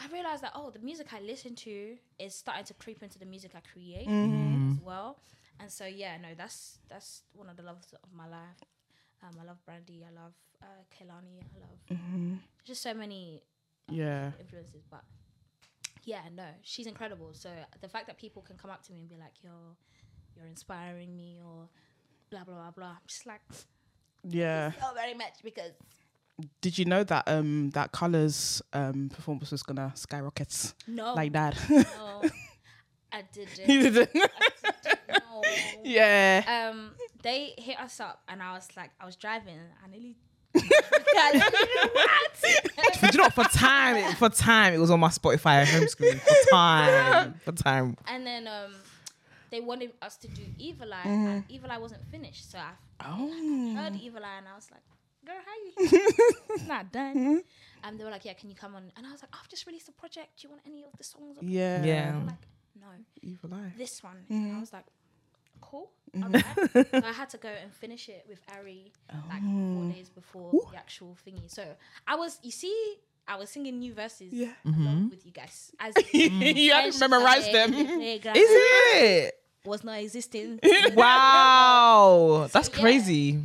I realized that oh, the music I listen to is starting to creep into the music I create
Mm-hmm.
as well. And so yeah, no, that's that's one of the loves of my life. Um, I love Brandy. I love uh, Kehlani. I love just so many
Mm-hmm. Yeah.
influences, but. Yeah, no, she's incredible. So the fact that people can come up to me and be like, "Yo, you're inspiring me," or blah blah blah blah. I'm just like
Yeah.
not very much because
Did you know that um that Colors um performance was gonna skyrocket
no,
like that?
no, Oh, I
You
didn't.
didn't.
No.
yeah.
Um, they hit us up, and I was like, I was driving, I nearly. what?
Do you know what? for time? it- For time, it was on my Spotify home screen. For time, for time.
and then um, they wanted us to do Evil Eye, and Evil Eye wasn't finished, so I
Oh.
heard Evil Eye and I was like, girl, how you? it's not done. And they were like, yeah, can you come on? And I was like, I've just released a project. Do you want any of the songs? on-"
Yeah.
Yeah.
They were like, no,
Evil eye.
this one.
Mm-hmm.
And I was like, cool. alright." so I had to go and finish it with Ari like
Oh.
four days before the actual thingy. So I was, you see, I was singing new verses
Yeah. Mm-hmm.
along with you guys. As
you had to memorize them.
Is
Is
it?
was not existing,
Wow, that's
yeah.
crazy.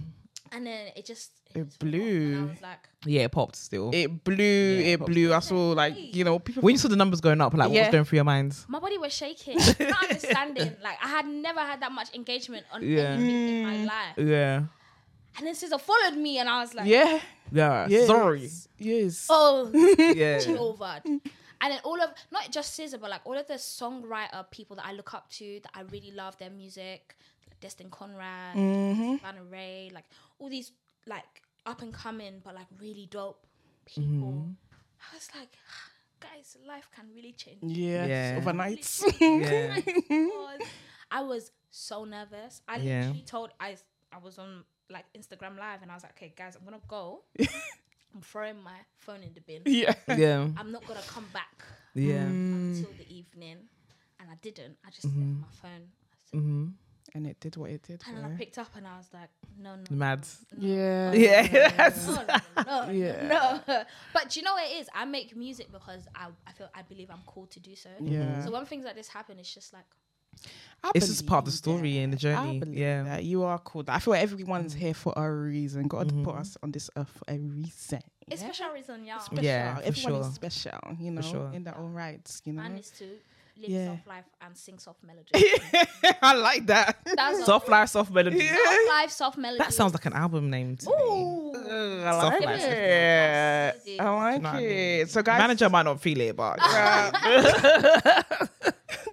and then it just
It
just went off, and I
blew.
was like,
Yeah, it popped still.
It blew. it blew. I saw like you know people.
when you saw the numbers going up, like
Yeah.
what's going through your mind?
my body was shaking. not understanding. Like I had never had that much engagement on
Yeah.
anything
Mm.
in my life.
Yeah.
And then Scissor followed me, and I was like,
yeah.
Yeah.
Yes.
Sorry.
Yes.
"Oh,
Yeah.
she overed." And then all of not just Scissor, but like all of the songwriter people that I look up to, that I really love their music, like Destin Conrad,
Mm. Mm-hmm.
Savannah Ray, like all these like up and coming, but like really dope people. I was like, guys, life can really change.
Yes.
Yeah.
Overnight.
Yeah.
God. I was so nervous. I
Yeah.
literally told I I was on like Instagram live and I was like, okay guys, I'm gonna go. I'm throwing my phone in the bin.
yeah.
Yeah.
I'm not gonna come back
Yeah.
Mm.
until the evening. And I didn't. I just left my phone. I said-
Mm-hmm.
And it did what it did.
And then I picked up and I was like, no, no.
Mad.
Yeah.
Yeah.
No, no, no, no,
Yeah.
no. But do you know what it is? I make music because I, I feel I believe I'm called to do so.
Mm-hmm.
Yeah.
So when things like this happen, it's just like
I
It's just part of the
believe
story and the journey.
I believe
Yeah.
that. you are cool. I feel like everyone's here for a reason. God
Mm-hmm.
put us on this earth for a reason.
it's for some reason, y'all.
Special.
Yeah, for
everyone
sure.
is special. You know,
sure.
in their own rights. You know,
Mine is to live
Yeah.
soft life and sing soft melody.
I like that.
That's soft,
Soft life, soft melody.
soft life, soft melody.
That sounds like an album name to me.
I
Soft life,
like
soft
it.
melody.
I like
know what I
it. So, guys,
Manager might not feel it, but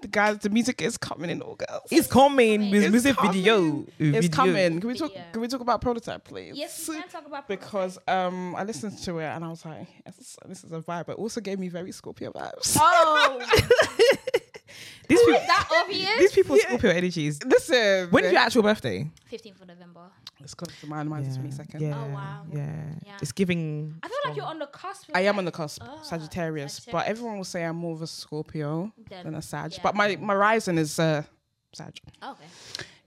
the guys, the music is coming in all girls.
it's coming. It's
It's
music
coming.
video. uh,
It's
Video.
coming. Can we talk?
Video.
Can we talk about prototype, please?
Yes, we can talk about
Because um, I listened to it and I was like, yes, this is a vibe. But it also gave me very Scorpio vibes.
oh,
These people,
is that
these
obvious?
people's Scorpio energy is.
Listen,
When is your actual birthday?
15th of November.
It's close to mine. Mine's yeah. twenty second.
Yeah.
Oh, wow.
Yeah.
Yeah.
It's giving.
I feel like you're on the cusp. of
I am
like-
on the cusp,
Ah,
Sagittarius, but
Sagittarius.
everyone will say I'm more of a Scorpio
Then-
than a Sag.
yeah.
But my my rising is uh, Sag.
Oh, okay.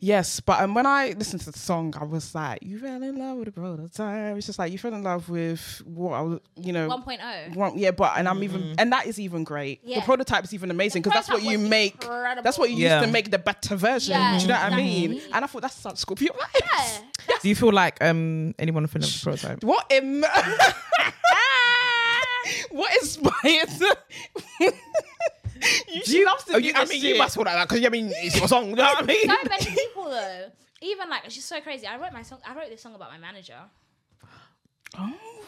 Yes, but um, when I listened to the song, I was like, "You fell in love with a prototype." It's just like you fell in love with what I was, you know,
1.0.
Well, yeah, but and I'm even and that is even great. The
Yeah.
prototype's even amazing because that's what
prototype
you
was
make.
incredible.
That's what you
Yeah.
use to make the better version.
Yeah,
Do you know what I mean?
exactly.
And I thought that's such Scorpio.
Yeah.
Do you feel like um anyone feeling the prototype?
What in What inspired you, she loves to
Oh,
do
you, I
this
mean,
shit.
you must feel like that because I mean, it's your song. You know what I mean?
So many people though. Even like she's so crazy. I wrote my song. I wrote this song about my manager.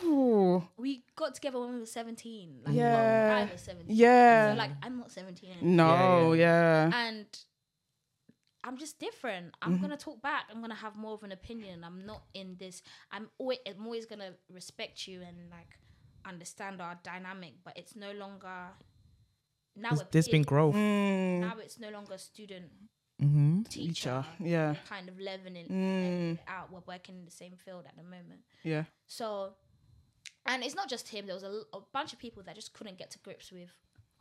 Ooh,
We got together when we were 17. Like,
Yeah.
well, I was 17.
yeah.
So like I'm not 17 anymore.
no, yeah.
and I'm just different. I'm
Mm-hmm.
gonna talk back. I'm gonna have more of an opinion. I'm not in this. I'm always, I'm always gonna respect you and like understand our dynamic. But it's no longer now.
There's-
we're
there's been
peers.
growth.
Mm,
Now it's no longer student teacher
teacher, yeah, Mm.
kind of leveling it out. We're working in the same field at the moment.
yeah,
So, and it's not just him. There was a, l- a bunch of people that just couldn't get to grips with,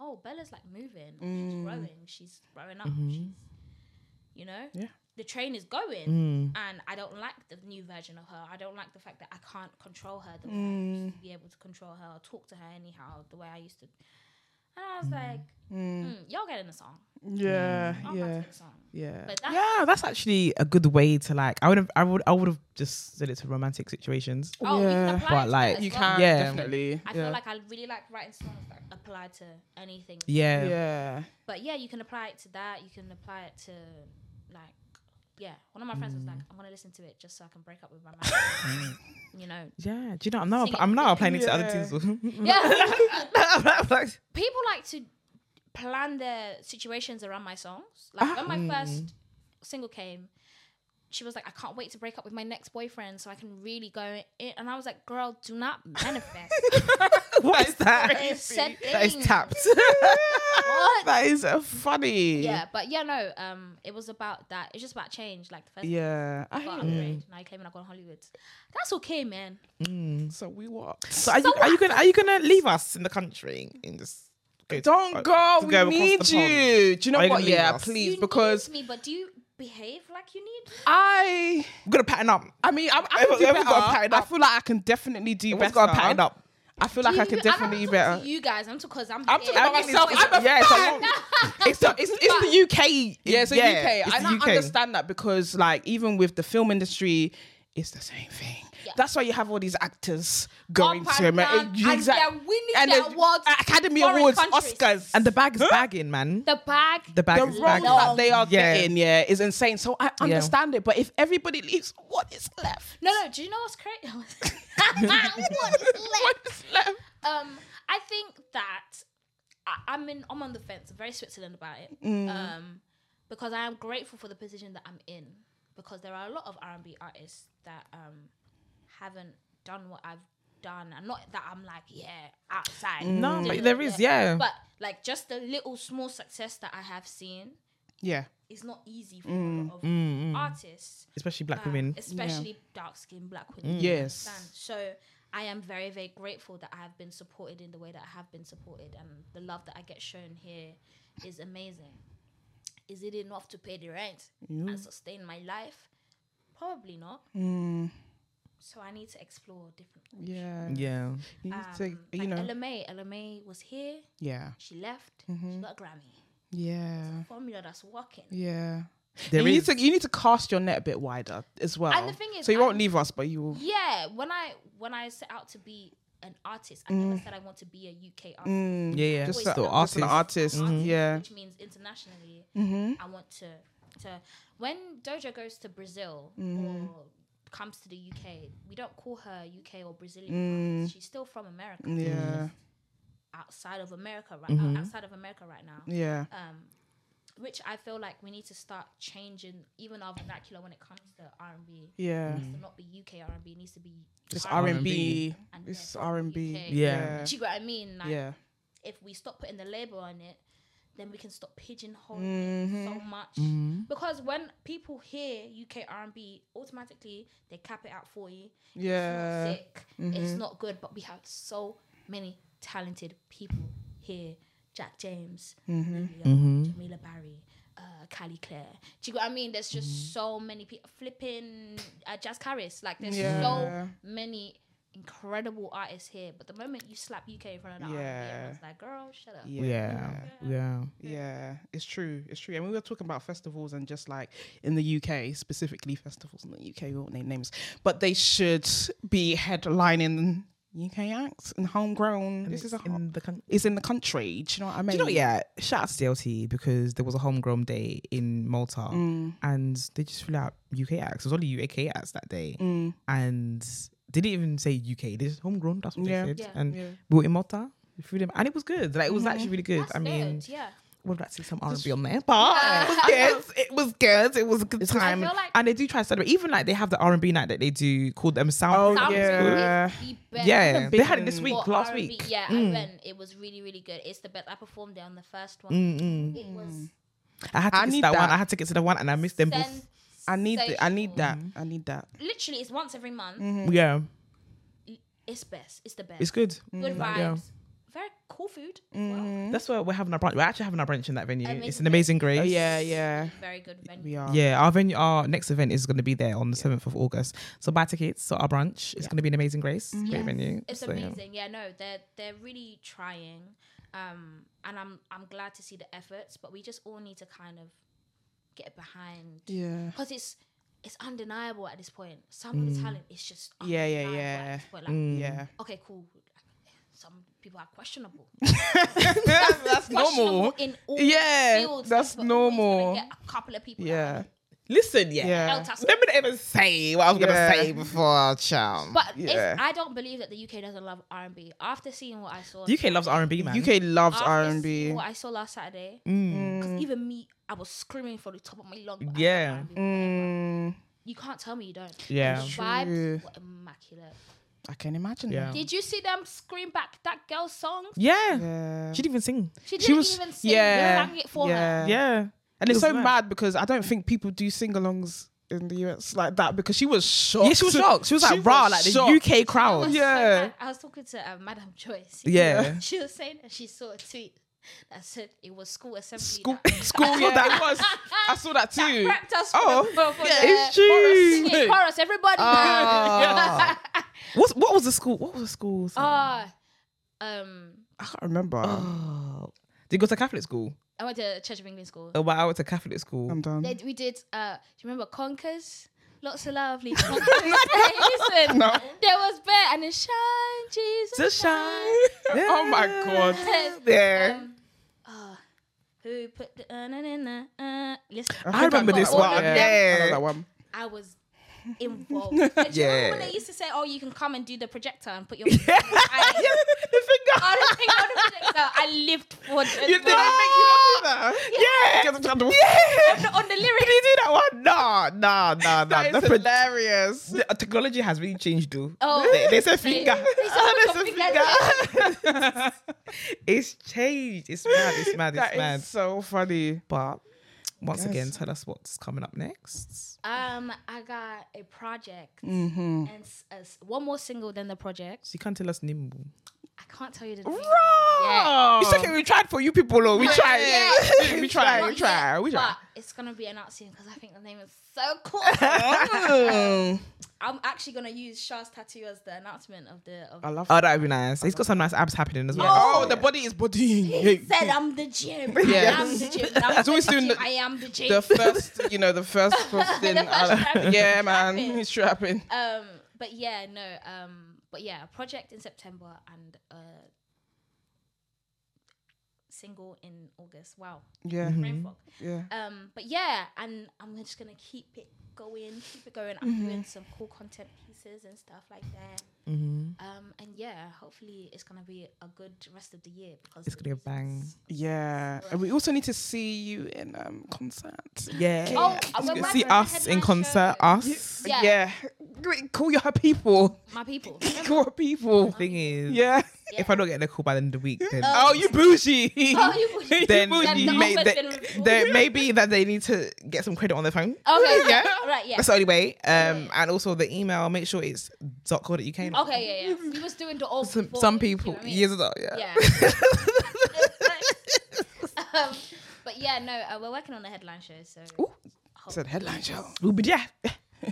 oh, Bella's like moving, or
Mm.
she's growing, she's growing up, she's, you know,
Mm-hmm. Yeah. Mm.
the train is going, and I don't like the new version of her. I don't like the fact that I can't control her the way
Mm.
I used to be able to control her or talk to her anyhow the way I used to. And I was like, mm, y'all getting a song.
yeah,
I'm about to
yeah,
get a song.
yeah.
But that,
Yeah, that's actually a good way to like. I would have, I would, I would have just said it to romantic situations.
oh, you
Yeah.
can apply
But,
it
like,
to that as
You
well.
can
Yeah.
definitely,
I
yeah,
feel like I really like writing songs that apply to anything.
Yeah,
yeah.
But yeah, you can apply it to that. You can apply it to like yeah, one of my friends was like, I'm gonna listen to it just so I can break up with my man. you know.
Yeah, do you know? I'm now,
Sing it.
I'm now applying it to
Yeah.
other teams.
Yeah.
Like,
People like to plan their situations around my songs. Like when my first single came, she was like, I can't wait to break up with my next boyfriend so I can really go in. And I was like, girl, do not manifest.
what is that?
It's said
That is
things.
tapped.
What?
that is uh, funny.
Yeah, but yeah, no. Um, it was about that. It's just about change. Like the first
Yeah. Mm. I
I got
hear
an upgrade. Now you're claiming I got Hollywood. That's okay, man.
you. So we what?
So are you are you gonna are you gonna leave us in the country in this?
Don't go.
to
We
go across
need
the pond.
you. Do you know
Are you
what?
gonna leave
Yeah,
us?
You
please.
need
Because
me, but do you behave like you need?
I,
We're gonna pattern up.
I mean, I, I
Everyone-
can do
everyone
better.
gotta pattern
I
up.
feel like I can definitely do
Everyone's
better.
gotta pattern up.
I feel like I
You-
can
don't
definitely do
talk to
better.
You guys, I'm talking because I'm.
I'm
here.
talking about myself. I'm a
Yeah, it's a
fan.
lot. It's the, it's, it's the UK.
Yeah, it's the UK.
it's
I
the
don't
UK.
understand that because, like, even with the film industry, it's the same thing.
Yeah.
That's why you have all these actors going
Up
to
and
America.
down, and they're winning their awards,
Academy
foreign
Awards,
countries.
Oscars,
And the bag is bagging, man.
The bag.
The bag
the
is
role
bagging.
that they are
Yeah.
getting, yeah, is insane. So I understand it, but if everybody leaves, what is left?
No, no. Do you know what's crazy? what is
What
left?
is left?
Um, I think that I, I'm in. I'm on the fence. I'm very Switzerland about it.
Mm.
Um, because I am grateful for the position that I'm in. Because there are a lot of R&B artists that um haven't done what I've done, and not that I'm like yeah outside.
Mm. No, but
Yeah,
there is, yeah.
But like just the little small success that I have seen
Yeah.
is not easy for
Mm,
a lot of artists
Especially black
uh,
women.
especially dark skinned black women. you
Yes.
understand? So I am very, very grateful that I have been supported in the way that I have been supported, and the love that I get shown here is amazing. Is it enough to pay the rent and sustain my life? Probably not.
Mm.
So I need to explore different.
Yeah.
Yeah.
You need to,
Um,
you
like
know.
LMA, LMA was here.
yeah.
She left.
Mm-hmm.
She got a Grammy.
Yeah.
Formula that's working.
Yeah.
There
And you
is-
need to you need to cast your net a bit wider as well.
And the thing is,
so you won't
I'm-
leave us, but you will.
Yeah, when I when I set out to be an artist, I
Mm.
never said I want to be a UK artist.
Yeah, yeah.
Just,
Always
a-
an
just an artist.
artist,
Yeah. Mm-hmm.
which means internationally i want to to when doja goes to brazil
Mm-hmm.
or comes to the uk we don't call her uk or
Mm.
brazilian artist. she's still from america
Yeah.
outside of america right uh,
Mm-hmm.
outside of america right now
Yeah.
um which i feel like we need to start changing even our vernacular when it comes to r&b
Yeah.
it needs to not be uk r&b it needs to be
Just R
R&B.
and B.
And
It's
therefore
R and B.
UK.
Yeah.
do you know what i mean like
Yeah.
if we stop putting the label on it, then we can stop pigeonholing
Mm. Mm-hmm.
it so much. Because when people hear UK R and B, automatically they cap it out for you.
Yeah.
It's not sick. It's not good, but we have so many talented people here. Jack James, Olivia, Jamila Barry, uh, Callie Clare. Do you know what I mean? There's just so many people flipping uh, Jazz Harris. Like there's
Yeah.
so many incredible artists here. But the moment you slap UK in front of that,
Yeah.
yeah. it's like, girl, shut up.
Yeah.
Yeah. Yeah.
Yeah, it's true. It's true. And we were talking about festivals and just like in the UK, specifically festivals in the UK, we won't name names, but they should be headlining UK acts and homegrown. this is a home,
in the country.
it's in the country. Do you know what I mean?
Do you know what, yeah? Shout out to DLT because there was a homegrown day in Malta
Mm.
and they just threw out UK acts. It was only UK acts that day.
Mm.
And they didn't even say UK, they just homegrown, that's what
Yeah.
they said.
Yeah.
And
Yeah.
we were in Malta, we threw them and it was good. Like it was actually really good.
That's
I mean
good, yeah.
we'd like to see some R&B on there, but it was good. It was good. It was a good time.
feel like-
and they do try to celebrate. Even like they have the R&B night that they do called them Sound.
Oh,
Sounds
yeah.
really
yeah,
best
they had it this week,
for
last
R&B.
week. Mm.
Yeah, I went. It was really, really good. It's the best. I performed there on the first
Mm.
one. It was
I had
I
tickets to
need
that, one.
that.
I had tickets to that one, and I missed them both.
I need th- I need
sensational.
that. I need that.
Literally, it's once every month.
Mm. Yeah,
It's best. It's the best.
Mm-hmm. it's good. Like,
Good vibes.
yeah. Mm-hmm.
Very cool food. as well.
That's where we're having our brunch. We're actually having our brunch in that venue. It's
Amazing
an amazing grace.
Oh, yeah, yeah.
Very good venue.
We are.
Yeah, our venue, our next event is going to be there on the seventh of August. So buy tickets. So our brunch is going to be an amazing grace. Great
Yes.
venue.
It's
So, yeah.
amazing. Yeah. no, they're they're really trying, um, and I'm I'm glad to see the efforts, but we just all need to kind of get behind
Yeah.
because it's it's undeniable at this point. Some of the talent is just
Mm. Yeah, yeah, Mm.
undeniable at
yeah.
this point. Like,
Mm.
Yeah.
okay, cool. Some people are questionable.
that's
Questionable
normal.
in all
Yeah,
fields.
that's
but always gonna
normal.
Get a couple of people. that are
Yeah.
Listen, yeah.
Yeah.
El Tasso.
Remember to even say what I was
Yeah.
gonna say before, chum.
But
Yeah.
it's, I don't believe that the UK doesn't love R and B. After seeing what I saw,
the UK loves R and B, man.
UK loves
after
R and
seeing
B.
What I saw last Saturday,
Mm.
'cause even me, I was screaming for the top of my lungs. I love
Yeah.
R&B.
Mm.
You can't tell me you don't.
Yeah.
The vibes
True.
were immaculate.
I can imagine.
Yeah.
Yeah.
Did you see them scream back that girl's song?
yeah.
Yeah.
She didn't even sing.
She
She
didn't
was-
even sing.
yeah,
Yeah, sang it for her.
yeah.
Yeah.
And it's
It was
so
mad.
mad because I don't think people do sing-alongs in the US like that because she was shocked.
Yeah, she was shocked. She was like,
She
"Rah!"
was
Like
shocked.
the UK
I was
crowd.
so
Yeah.
mad. I was talking to uh, Madam Joyce.
Yeah.
She was saying that she saw a tweet that said it was school assembly.
School,
that-
school. Yeah, that was. I saw that
that
too.
prepped us
Oh,
for, the, for, for
yeah,
the
it's true.
singing chorus. Everybody.
Ah.
Oh. What's, what was the school? What was the school? song?
Uh, um,
I can't remember. Uh,
Oh. Did you go to Catholic school?
I went to Church of England school.
Oh, but I went to Catholic school.
I'm done.
They, we did. Uh, do you remember Conkers? Lots of lovely conkers. Hey, Listen,
No.
there was bear and it shine, Jesus.
to shine.
Oh my God.
There.
Um, oh, who put the uh, na, na, na, uh, listen,
think
I remember
got
this
all
one.
of them.
I
Yeah.
know that one.
I was involved. Do you remember when
Yeah.
they used to say, "Oh, you can come and do the projector and put your I,
the finger.
I don't think on the projector. I lived for the,
You did that. Yeah.
Get the-
Yeah.
on the, on the
Did
lyrics.
you do that one? Nah, nah, nah, nah.
That
The
is
pro-
hilarious.
the technology has really changed, though.
Oh.
They, they say
They-
finger.
they say
Ah,
put
they
your
say finger. it's changed. It's mad. It's mad. It's
That
mad.
is so funny.
But once
Guys.
again, tell us what's coming up next.
Um, I got a project
Mm-hmm.
and s- a s- one more single than the project.
So you can't tell us nimble.
I can't tell you the.
Raw.
name. Yeah.
It's okay. We tried for you people, though. We tried.
Yeah.
We tried. We
Not yet,
tried. We tried.
But it's gonna be announced soon because I think the name is so cool.
Mm.
I'm actually gonna use Shah's tattoo as the announcement of the. Of
I love.
Oh, that'd be nice. He's got some nice abs happening as well.
Oh,
Oh.
the body is
He
bodying.
said, "I'm the gym.
Yeah.
I'm the gym. I'm
It's always
the
doing
gym.
the-
I am the gym."
the first, you know, the first thing.
The first
I-
trapping.
yeah, man,
Trapping.
he's trapping.
um, but yeah, no. Um, but yeah, project in September and uh, single in August. Wow,
Yeah,
brain fog.
yeah.
Um, but yeah, and I'm just gonna keep it going, keep it going. I'm doing some cool content pieces and stuff like that.
Mhm.
Um, and yeah, hopefully it's gonna be a good rest of the year because
It's gonna be a bang.
Yeah, and we also need to see you in um concert.
Yeah.
Oh, uh,
You
we're
see
working on
us
the
in
headline
concert. uh,
show.
Us.
Yeah.
Great, Call your people.
My people.
Call your people.
Thing is,
Yeah.
if I don't get the call by the end of the week, then
Oh, you bougie.
Oh, you would-
then,
Then the
may,
offer's
that-
been withdrawn.
there may be that they need to get some credit on their phone.
Okay.
Yeah.
Right. Yeah.
That's the only way. Um, and also the email. Make sure it's dot co dot uk.
Okay. Yeah. Yeah. We was doing the old.
Some,
before,
some
Oh, you know
people
what I mean?
years ago. Yeah.
Yeah. um, but yeah, no, uh, we're working on a headline show, so
Ooh, said headline show.
We'll be there.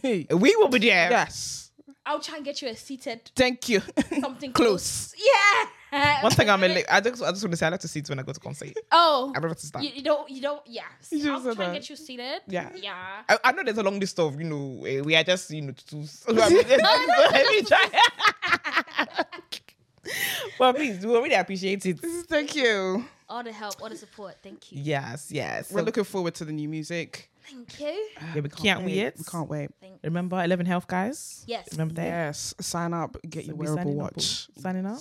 Hey.
We will be there.
Yes.
I'll try and get you a seated
Thank you.
something
Close.
close. Yeah.
One thing I'm a li- I just I just want to say I like to see when I go to concert.
Oh.
I prefer to stand.
You, you don't. You don't. Yeah.
You just
I'll try
said
and
that.
get you seated.
Yeah.
Yeah.
I, I know there's a long list of you know eh, we are just you know too. Let me try. Well, please, we really appreciate it.
Thank you.
All the help, all the support. Thank you.
Yes, yes.
We're
So-
looking forward to the new music.
Thank you.
yeah, we can't
wait.
wait.
We can't wait.
Thank.
Remember Eleven Health, guys.
Yes.
Remember that.
Yes. Sign up. Get
So
your
we
wearable
signing up,
watch.
all- signing up.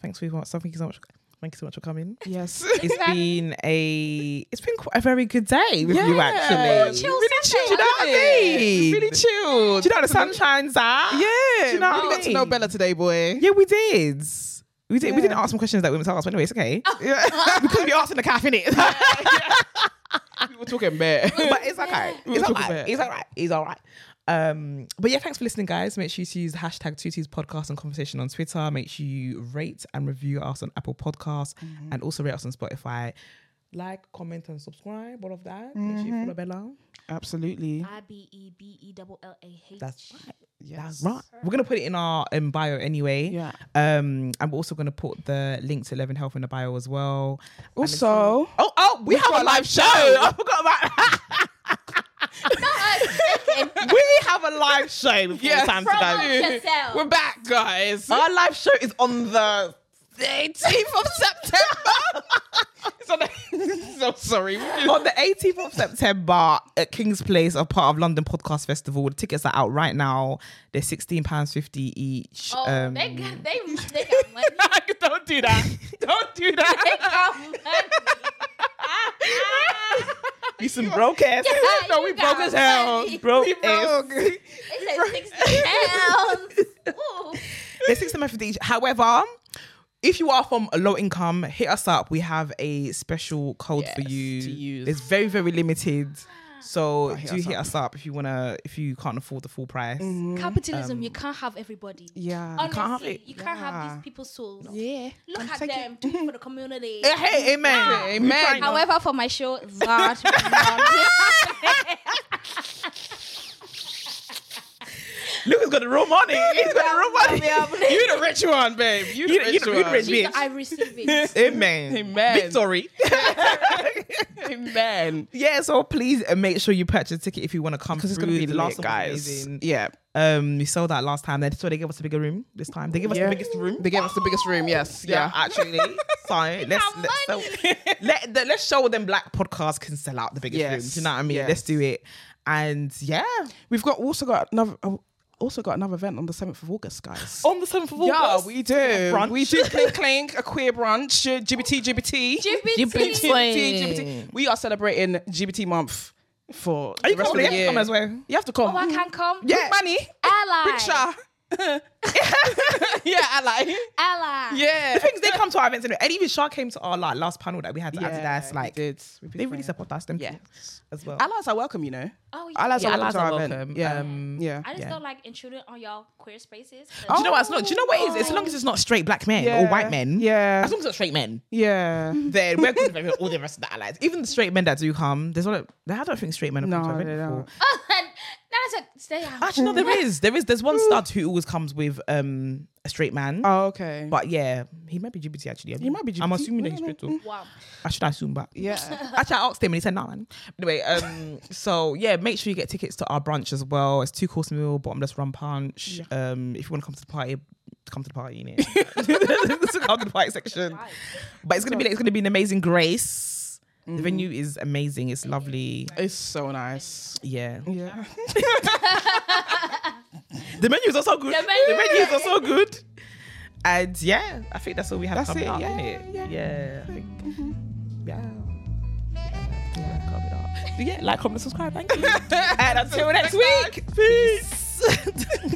Thanks for your so thank you so much. Thank you so much for coming.
Yes.
It's been a it's been quite a very good day with you
Yeah.
actually.
Chill
really
Sunday.
chilled. Do you know what I
Yeah.
mean?
Really
Really chilled.
Do you know how the sun shines out?
Yeah.
Do you know
really
what I
got to know
mean?
Bella today, boy.
Yeah, we did. We did. We didn't
Yeah. Oh.
ask some questions that women tell us, but anyway, it's okay.
Yeah.
because we asked in the calf, innit?
we were talking bad.
but it's okay.
We
It's
were
all
talking
right.
about-
It's all right. It's all right. Um, but yeah, thanks for listening, guys. Make sure you use the hashtag Tutu's podcast and conversation on Twitter. Make sure you rate and review us on Apple Podcasts
Mm-hmm.
and also rate us on Spotify. Like, comment, and subscribe. All of that. Make
Mm-hmm.
sure you follow Bella.
Absolutely.
I B E B E double L A H.
That's right.
Yes.
Right. We're gonna put it in our um, bio anyway.
Yeah.
Um, I'm also gonna put the link to Eleven Health in the bio as well.
Also,
Oh, oh, we, have a live show. I forgot about that. we have a live show before the
Yes.
time
Promote
to go.
yourself.
we're back, guys.
Our live show is on the 18th of September.
It's on the- so sorry.
on the 18th of September at King's Place, a part of London Podcast Festival. The tickets are out right now. They're sixteen pounds fifty each.
Oh,
um,
they, got, they, they got money.
Don't do that. Don't do that.
They got money.
you some broke ass.
Yeah,
no,
you
we broke
got
as hell.
money.
Broke
We
ass.
broke.
They said 60 pounds. Ooh.
They're sixteen pounds fifty each. However. If you are from a low income, hit us up. We have a special code for
Yes,
you.
to use.
It's very, very limited. So
hit
do
us
hit
up.
us up if you wanna if you can't afford the full price.
Capitalism, you can't have everybody.
Yeah.
Honestly,
have it.
you can't have
Yeah.
these people's souls.
Yeah. Ah.
Look
I'm
at
taking-
them, do it for the community.
Eh, Hey, amen.
Amen.
However, for my show, that
Luke's got the real money. He's got the real money.
You the rich one, babe. You the
You the-
rich
you the- you the
one.
rich
Jesus,
Bitch.
I receive it.
Amen.
Amen.
Victory.
Amen.
yeah, so please uh, make sure you purchase a ticket if you want to come
Because it's
through.
gonna be
the
the last
last one was
guys.
amazing.
Yeah.
Um, we sold that last time. That's why they gave us a bigger room this time. They gave us
Yeah.
the biggest room.
They gave us the biggest room. Yes.
yeah,
Yeah.
actually. so let's let's
money.
sell, let the, let's show them black podcasts can sell out the biggest
Yes,
rooms. You know what I mean?
yes.
Let's do it. And yeah,
We've got also got another uh, also got another event on the seventh of August, guys.
on the seventh of
Oh, yeah,
August,
we do.
brunch.
We do clink clink a queer brunch. uh, GBT GBT.
GBT.
GBT. We are celebrating GBT month for
Are you
the rest
coming?
of
You have to
the year.
come as well.
You have to come.
Oh, I can come.
Big money.
Ally.
Big Sha. yeah, ally.
Ally.
Yeah.
Things they come to our events anyway. and even Shah came to our like last panel that we had to
Yeah,
Adidas.
we
Like
did. We
they really support us. Them
Yeah.
yeah. as well.
Allies are welcome, you know.
Oh, yeah.
Allies
Yeah,
are welcome.
allies
to our
are
event.
welcome.
Yeah.
Um,
yeah.
I just
Yeah.
don't like intruding on y'all queer spaces. Oh.
Do you know what? It's not. Do you know what it is? As long as it's not straight black men or white men.
Yeah.
As long as it's not straight men,
Yeah.
then we're good with all the rest of the allies. Even the straight men that do come, there's not. I don't think straight men have
No,
come to our
they
event
don't.
before.
Oh, and now I said, stay out.
Ah,
Actually, no, there is. There is. There's one stud who always comes with um a straight man.
Oh, okay.
but yeah, he might be GBT actually.
He might be
I'm
GBT.
assuming that he's
Mm,
straight too.
Wow.
I should assume, but
yeah.
Actually, I asked him and he said, nah, man. Anyway, um, so yeah, make sure you get tickets to our brunch as well. It's two course meal, bottomless rum punch. Um, if you want to come to the party, come to the party, innit? come to the party section.
Right.
But it's gonna be it's gonna be an amazing grace. The venue is amazing. It's lovely.
It's so nice.
Yeah.
Yeah.
The menus are so good.
The menu-
menus are so good. And yeah, I think that's all we have
That's
coming
it,
up.
yeah,
innit?
yeah.
yeah. I think. Yeah. Yeah, coming up. But yeah, like, comment, subscribe. Thank you. and until next week, peace.